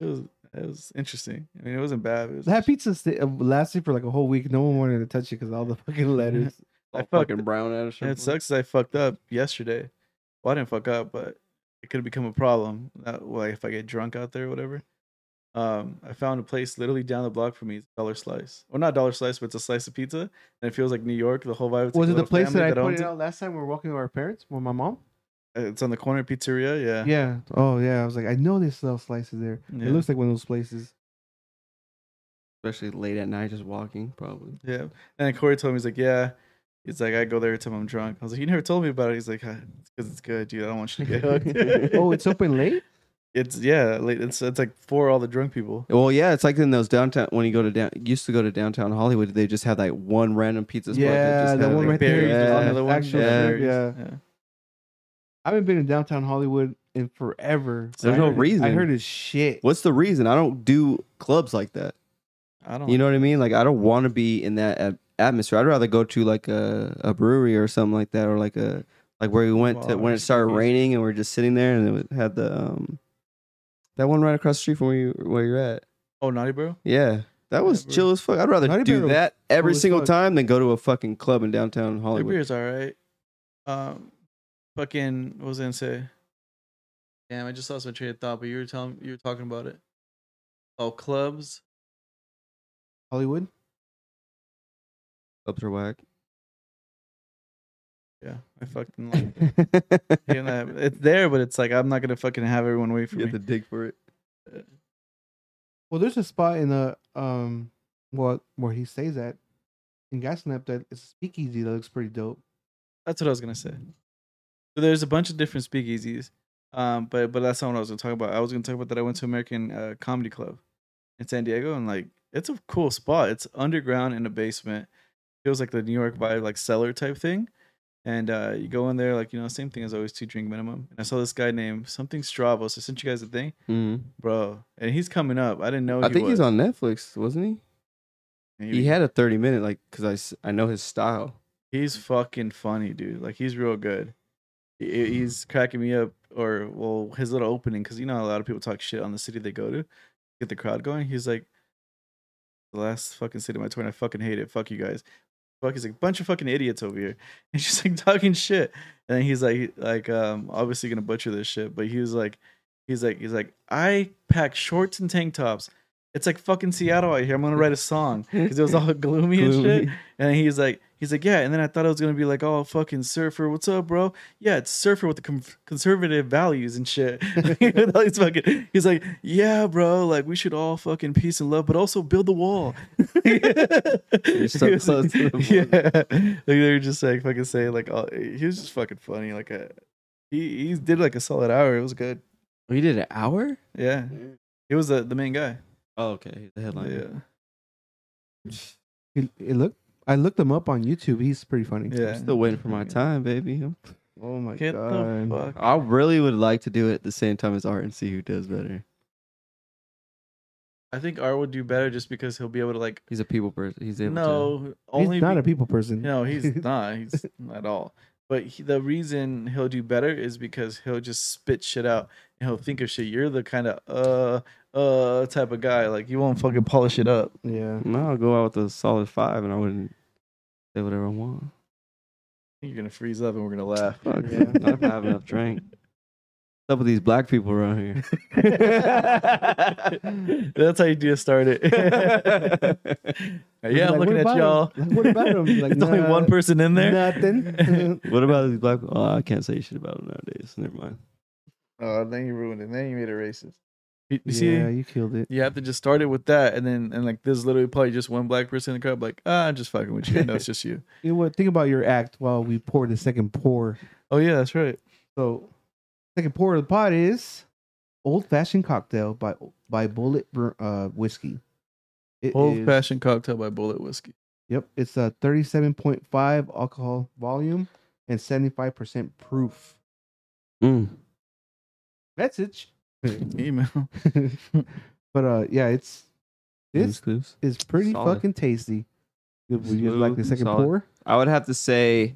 it was it was interesting. I mean, it wasn't bad. It was
That pizza sta- uh, lasted for like a whole week. No one wanted to touch it because all the fucking letters.
I
All
fucked-
fucking brown out of
And
shit.
it sucks. Is I fucked up yesterday. Well, I didn't fuck up, but it could become a problem. That, like if I get drunk out there or whatever. Um, I found a place literally down the block from me, It's Dollar Slice. Well, not Dollar Slice, but it's a slice of pizza, and it feels like New York. The whole vibe. It's like
Was
a
it the
little
place
family
that I
owns
pointed
it.
out last time we were walking with our parents with my mom?
Uh, It's on the corner pizzeria. Yeah.
Yeah. Oh yeah. I was like, I know they sell slices there.
Yeah.
It looks like one of those places.
especially late at night, just walking probably.
Yeah. And then Corey told me he's like, yeah, He's like, I go there every time I'm drunk. I was like, you never told me about it. He's like, because it's good, dude. I don't want you to get hooked.
oh, it's open late.
It's yeah, like, it's it's like for all the drunk people.
Well, yeah, it's like in those downtown when you go to down used to go to downtown Hollywood, they just have like one random pizza spot.
Yeah,
that just
the
had,
one
like,
right there,
Berries,
yeah.
there's another one,
Actually,
berries.
yeah. I haven't been in downtown Hollywood in forever.
There's
I
no
heard it- I
reason.
heard it's shit.
What's the reason? I don't do clubs like that.
I
Oh.
don't.
You know what I mean? Like I don't want to be in that at- atmosphere. I'd rather go to like a, a brewery or something like that, or like a like where we went to
Bar,
when it started
something.
raining and we are just sitting there and it would- had the um that one right across the street from where you where you're at.
Oh, naughty bro.
Yeah, that was
bro.
chill as fuck. I'd rather
Naughty Bear
do
was
that every
cool as
single
fuck.
time than go to a fucking club in downtown
Their
Hollywood.
beer's all right. Um, fucking what was I gonna say? Damn, I just lost my train of thought. But you were telling you were talking about it. Oh, clubs.
Hollywood?
Clubs are whack.
Yeah, I fucking like you know, it's there, but it's like I'm not gonna fucking have everyone wait for
you
me.
have to dig for it.
Well, there's a spot in the um, well, where he stays at in Gaslamp that is a speakeasy that looks pretty dope.
That's what I was gonna say. So there's a bunch of different speakeasies, um, but but that's not what I was gonna talk about. I was gonna talk about that I went to American uh, Comedy Club in San Diego, and like it's a cool spot. It's underground in a basement. Feels like the New York vibe, like cellar type thing. And uh, you go in there, like you know, same thing as always, two drink minimum. And I saw this guy named something Stravos. I sent you guys a thing,
Mhm.
bro. And he's coming up. I didn't know.
I
he
think
was.
he's on Netflix, wasn't he?
Maybe.
He had a thirty minute like because I s- I know his style.
He's fucking funny, dude. Like he's real good. He- He's cracking me up, or well, his little opening, because you know how a lot of people talk shit on the city they go to, get the crowd going. He's like, the last fucking city of my tour, and I fucking hate it. Fuck you guys. Fuck, he's like bunch of fucking idiots over here. And she's like talking shit, and then he's like, like um, obviously gonna butcher this shit, but he was like, he's like, he's like, I pack shorts and tank tops. It's like fucking Seattle out here. I'm gonna write a song because it was all gloomy and shit.
Gloomy.
And he's like, he's like, yeah. And then I thought it was gonna be like, oh, fucking surfer, what's up, bro? Yeah, it's surfer with the com- conservative values and shit. he's fucking, he's like, yeah, bro. Like we should all fucking peace and love, but also build the wall. You're
so close to the
yeah, like they were just like fucking saying like, all, he was just fucking funny. Like a, he he did like a solid hour. It was good.
Oh, He did an hour.
Yeah, he was the the main guy.
Oh, okay. The headline.
Yeah,
It, it looked. I looked him up on YouTube. He's pretty funny.
yeah.
Still waiting for my time, baby. I'm
Oh my
Get the fuck.
god.
I really would like to do it at the same time as art and see who does better.
I think R would do better just because he'll be able to like.
He's a people person. He's able
No,
He's
only
not
be-
a people person.
No, he's not. He's not at all. But he, the reason he'll do better is because he'll just spit shit out and he'll think of shit. You're the kind of uh uh type of guy. Like you won't fucking polish it up.
yeah.
to. No, I'll go out with a solid five, and I wouldn't say whatever I want.
You're gonna freeze up and we're gonna laugh.
Fuck,
Yeah.
I don't have enough drink. What's up with these black people around here?
That's how you do start it. yeah, I'm
Like,
looking
what
at
about
y'all.
him? Like, what about him? Like,
There's only
nah,
one person in there.
Nothing.
what about these black? Oh, I can't say shit about them nowadays. Never mind.
Oh, then you ruined it. Then you made it racist. You, you see,
yeah, you killed it.
you have to just start it with that, and then and like there's literally probably just one black person in the crowd. Like, ah, I'm just fucking with you. No, it's just you.
You know what? Think about your act while we pour the second pour.
Oh yeah, that's right.
So, second pour of the pot is old fashioned cocktail by by Bullet Br- uh, Whiskey. It
Old
is-
fashioned cocktail by Bullet Whiskey.
Yep, it's a thirty-seven point five alcohol volume and seventy-five percent proof.
Mm.
Message.
Email.
but uh, yeah, it's
Loose,
it's
loose.
it's pretty
Solid.
fucking tasty. Would you guys like the
Smooth,
second
solid.
pour?
I would have to say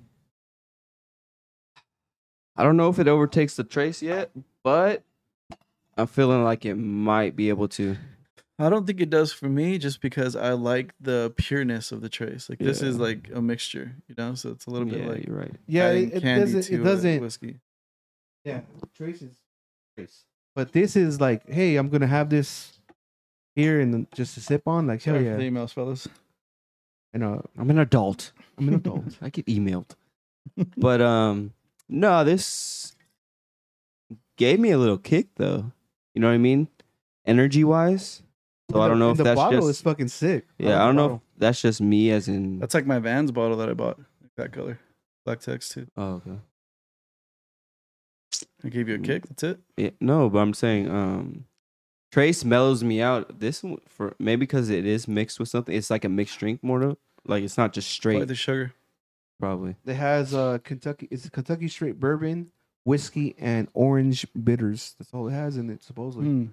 I don't know if it overtakes the trace yet, but I'm feeling like it might be able to.
I don't think it does for me just because I like the pureness of the trace. Like this is
Yeah.
like a mixture, you know? So it's a little bit
Yeah,
like
you're right.
Yeah,
adding
it, it
candy
doesn't.
to
It
a
doesn't. Oh,
whiskey.
Yeah, trace is trace. But this is like, hey, I'm gonna have this here and then just to sip on. Like, hell
Sorry for the
yeah!
emails, fellas.
And uh,
I'm an adult.
I'm an adult.
I get emailed. but um no, this gave me a little kick though. You know what I mean? Energy wise. So I don't know
And
if
the
that's
bottle
just
is fucking sick.
Yeah, I don't know if that's just me as in
That's like my Vans bottle that I bought. that color, black text too.
Oh, okay.
I gave
Mm.
you a kick. That's it.
Yeah, no, but I'm saying um, Trace mellows me out. This one for maybe because it is mixed with something. It's like a mixed drink more though. Like it's not just
Probably
straight.
the sugar.
probably.
It has uh Kentucky. It's Kentucky straight bourbon, whiskey, and orange bitters. That's all it has in it. Supposedly,
Mm.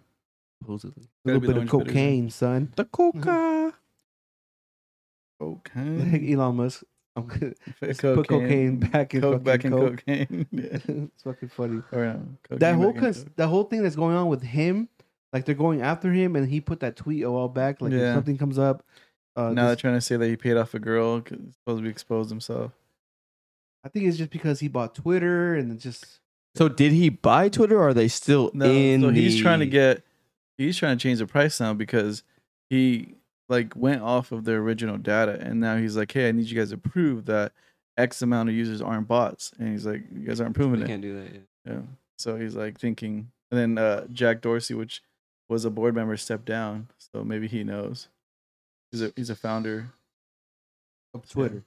Supposedly. Mm-hmm.
a
Gotta
little
be the
bit of
orange bitters, yeah.
cocaine, son.
The coca.
Like
Okay.
Elon Musk. I'm gonna
Put
put cocaine back in
Coke back in
fucking Coke.
cocaine. Yeah.
it's fucking funny.
Or, um, cocaine
that whole
back in
cons-
Coke.
that whole thing that's going on with him, like they're going after him, and he put that tweet a while back. Like
Yeah.
if something comes up, uh,
now they're
this-
trying to say that he paid off a girl. 'cause he's supposed to be exposed himself.
I think it's just because he bought Twitter and it's just
So did he buy Twitter? or Are they still
No,
in?
so he's
the-
trying to get. He's trying to change the price now because he like went off of their original data, and now he's like, "Hey, I need you guys to prove that X amount of users aren't bots." And he's like, "You guys aren't proving
They
it."
can't do that. Yeah.
Yeah. So he's like thinking, and then uh, Jack Dorsey, which was a board member, stepped down. So maybe he knows. He's a he's a founder.
of Twitter.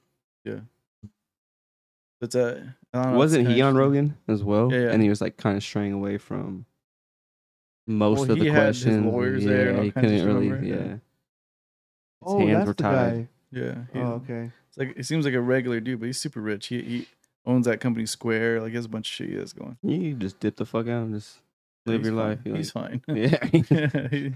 That's a uh, I don't know,
Wasn't
it's
he
kinda
on
interesting.
Rogan as well?
Yeah, yeah.
And he was like kind of straying away from most
Well,
of
he
the
had his
questions.
lawyers
yeah,
there and all
he
kinds of
couldn't
shit,
really.
remember?
Yeah,
Yeah.
his
Oh,
hands
that's
were
the
tied.
guy.
Yeah. He,
Oh, okay.
It's like it seems like a regular dude, but he's super rich. He he owns that company Square. Like he has a bunch of shit he has going.
You just dip the fuck out and just live
He's
your
fine.
life. You're
He's fine.
like- yeah.
He-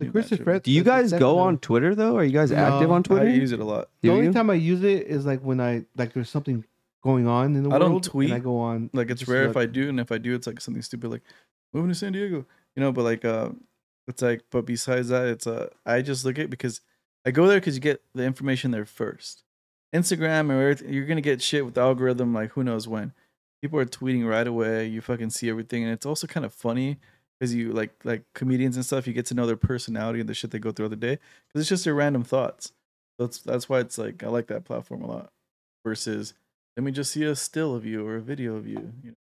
The
Yeah,
Christian
sure.
Fred-
Do you
that's
guys go
definitely-
on Twitter though? Are you guys
No,
active on Twitter?
I use it a lot.
The
Do
only
you?
time I use it is like when I like there's something going on in the
I
world.
don't tweet.
And I go on.
um, Like it's
Just
rare if
look.
I do, and if I do, it's like something stupid like moving to San Diego, you know. But like, uh, it's like, but besides that, it's uh, I just look at because I go there because you get the information there first. Instagram or everything, you're gonna get shit with the algorithm like who knows when. People are tweeting right away. You fucking see everything, and it's also kind of funny because you like like comedians and stuff. You get to know their personality and the shit they go through the day because it's just their random thoughts. That's that's why it's like I like that platform a lot versus let me just see a still of you or a video of you. you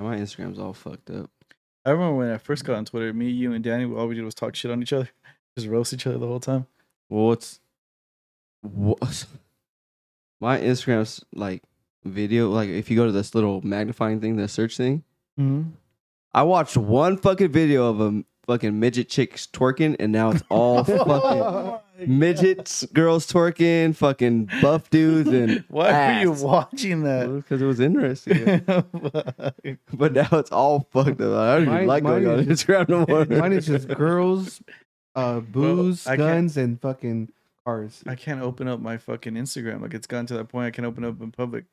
know?
My Instagram's all fucked up.
I remember when I first
Mm-hmm.
got on Twitter, me, you, and Danny, all we did was talk shit on each other, just roast each other the whole time.
Well, it's what my Instagram's like video. Like if you go to this little magnifying thing, the search thing,
Mm-hmm.
I watched one fucking video of a fucking midget chicks twerking, and now it's
Oh,
all fucking midgets, girls twerking, fucking buff dudes, and
Why were you
ass.
watching that?
because it was interesting. but now it's all fucked up. I don't
Mine-
even like going
mine
on
is
Instagram no more.
Mine is just girls, uh, booze,
I can't-
guns, and fucking cars.
I can't open up my fucking Instagram. Like it's gotten to that point. I can't open up in public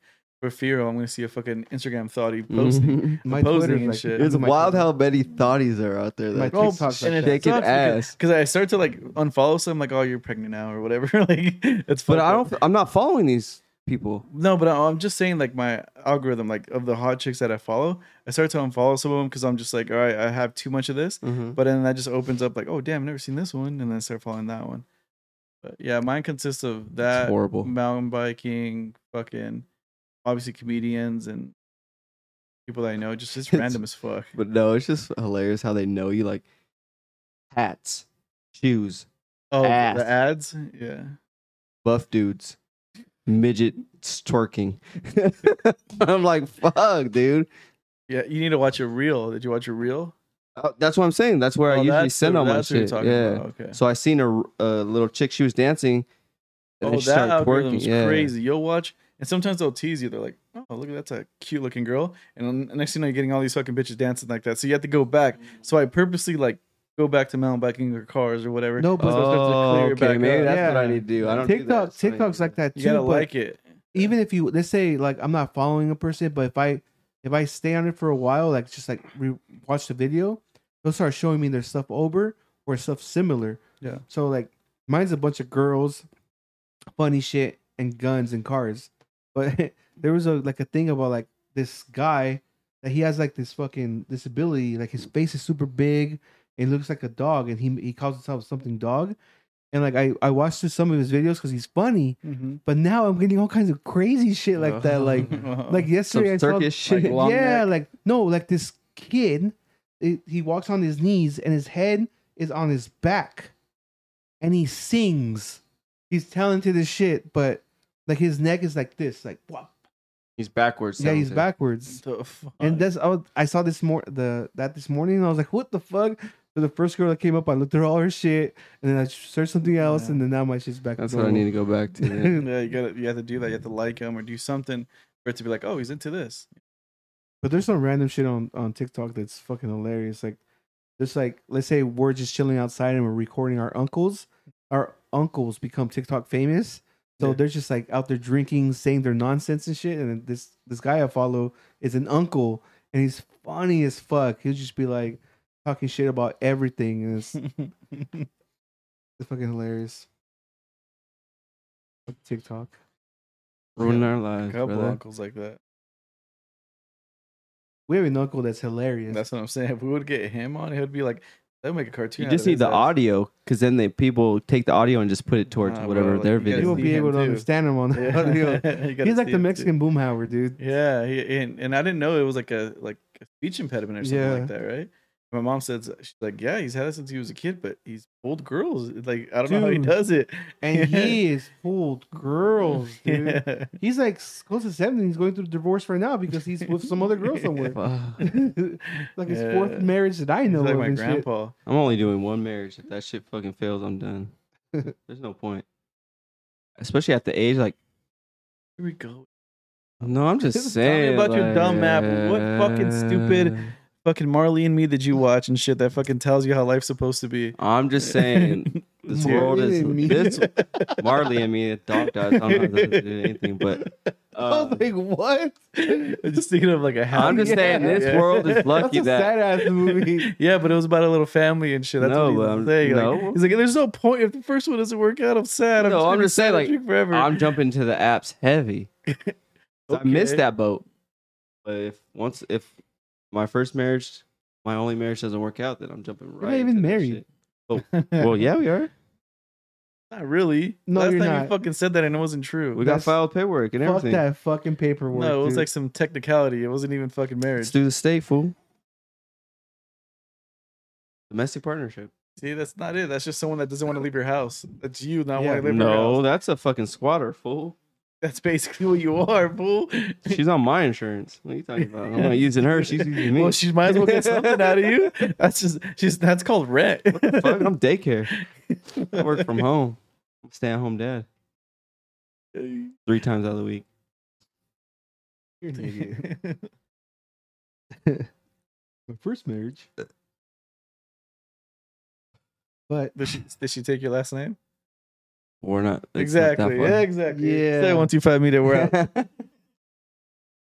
for fear I'm going to see a fucking Instagram thoughty posting.
Mhm.
My
posing
Twitter
and
is
shit.
like,
It's
my
wild
Twitter.
how many thotties are out there.
My
That
Well,
takes
TikTok's
and
like
it sucks
that.
Naked
because-
ass.
Because I start to like unfollow some, like, oh, you're pregnant now or whatever. like, it's fucked
But I
up.
don't. I'm not following these people.
No, but I- I'm just saying, like my algorithm, like of the hot chicks that I follow, I start to unfollow some of them because I'm just like, all right, I have too much of this.
Mm-hmm.
But then that just opens up, like, oh damn, I've never seen this one, and then I start following that one. But yeah, mine consists of that
It's horrible.
mountain biking, fucking, obviously comedians and people that I know. Just just
It's-
random as fuck.
But no, it's just hilarious how they know you like hats, shoes,
Oh, the-
ass.
the ads, yeah.
buff dudes, midgets twerking. I'm like, fuck, dude.
Yeah, you need to watch a reel. Did you watch a reel?
Uh, That's what I'm saying. That's where I
Oh,
usually
that's
send
the-
all my
that's what you're
shit.
talking
Yeah.
about, okay.
So I seen a, a little chick. She was dancing. And
Oh,
then she
that
started
algorithm's
twerking. Yeah.
crazy. You'll watch, and sometimes they'll tease you. They're like, "Oh, look at that's a cute looking girl," and then- next thing you know, you're getting all these fucking bitches dancing like that. So you have to go back. So I purposely like go back to mountain biking or cars or whatever.
No,
So it
but
starts to
Oh,
clear
okay.
back
Maybe
up.
that's what I
Yeah.
need to do. I don't do that.
TikTok,
So I-
TikTok's like that too.
You gotta
but
like it.
even if you let's say like I'm not following a person, but if I if I stay on it for a while, like just like re- watch the video, they'll start showing me their stuff over or stuff similar.
Yeah.
So like mine's a bunch of girls, funny shit, and guns and cars. But there was a like a thing about like this guy that he has like this fucking disability, like his face is super big and looks like a dog, and he he calls himself something dog. And like I I watched some of his videos because he's funny,
Mm-hmm.
Mhm.
but now I'm getting all kinds of crazy shit like that. Like like
Uh-huh. Some
yesterday, I saw
Turkish shit.
like, long
yeah,
neck.
like no, like this kid, it, he walks on his knees and his head is on his back, and he sings. He's talented as shit, but Like his neck is like this, like whop.
He's backwards.
yeah, he's
talented.
backwards.
The fuck?
And that's I, was, I saw this more the that this morning. And I was like, what the fuck? So the first girl that came up, I looked through all her shit, and then I searched something else,
Yeah.
and then now my shit's back.
That's
to
what I need
normal.
to go back to. man.
yeah, you gotta you have to do that. You have to like him or do something for it to be like, oh, he's into this.
But there's some random shit on on TikTok that's fucking hilarious. Like, there's like, let's say we're just chilling outside and we're recording our uncles. Our uncles become TikTok famous, so
Yeah.
they're just like out there drinking, saying their nonsense and shit. And then this this guy I follow is an uncle, and he's funny as fuck. He'll just be like talking shit about everything, and it's, it's fucking hilarious. Fuck TikTok.
Ruining our
A
lives,
couple
brother.
uncles like that.
We have an uncle that's hilarious.
That's what I'm saying. If we would get him on, it would be like that would make a cartoon.
You
out
just
of
need
his
the
ass.
audio, because then they people take the audio and just put it towards
Nah,
whatever
bro, like, you
their
gotta
you
video.
won't
see
be
him
able to
too.
understand him on the audio.
Yeah. You gotta see
He's like the
him, too.
Mexican boomhauer, dude.
Yeah, he, and and I didn't know it was like a like a speech impediment or something like that, right? My mom says she's like, yeah, he's had it since he was a kid, but he's pulled girls. Like I don't know how he
Dude.
does it.
And he is fooled girls, dude.
Yeah.
He's like s- close to 70. He's going through divorce right now because he's with some other girl somewhere.
Fuck.
like his
Yeah.
fourth marriage that I
He's
know
like
of.
my
and shit.
grandpa.
I'm only doing one marriage. If that shit fucking fails, I'm done. There's no point. Especially at the age, like,
Here we go.
no, I'm just
Tell me
saying.
about your
like,
dumb app. What fucking stupid- Fucking Marley and Me that you watch and shit that fucking tells you how life's supposed to be.
I'm just saying. This world
Marley
is
and Me.
this Marley and me. Dog dies. I don't know if that doesn't do anything, but
I
uh,
was like, what?
I'm just thinking of like a happy.
I'm just saying this
Yeah.
world is
That's
lucky
a
that
sad ass movie.
yeah, but it was about a little family and shit. That's what
No, but
he was
I'm-
saying. Like,
no.
he's like, there's no point if the first one doesn't work out. I'm sad. I'm
No,
just
I'm
gonna
just saying,
be sad
like,
and drink forever.
I'm jumping to the apps heavy. 'Cause I missed
Okay.
that boat. But if once if my first marriage, my only marriage doesn't work out, then I'm jumping right.
not even
into that
married.
shit. Well, yeah, we are.
not really.
No,
Last
you're
time you
not.
fucking said that and it wasn't true.
We got
That's-
filed paperwork and
Fuck
everything.
that fucking paperwork.
no, it was
dude.
like some technicality. It wasn't even fucking marriage.
Let's do the state, fool. Domestic partnership.
See, that's not it. That's just someone that doesn't want to leave your house. That's you not
Yeah,
want to leave your
No,
house.
that's a fucking squatter, fool.
That's basically what you are, fool.
She's on my insurance. What are you talking about? I'm not using her. She's using me.
Well, she might as well get something out of you. That's just she's that's called rent. What
Fuck, I'm daycare. I work from home. I'm stay at home dad three times out of the week.
You're an idiot. my first marriage.
Uh
But
did, she, did she take your last name?
We're not it's not that
exactly.
far.
Yeah, exactly.
Yeah.
Say one two five meter. We're out.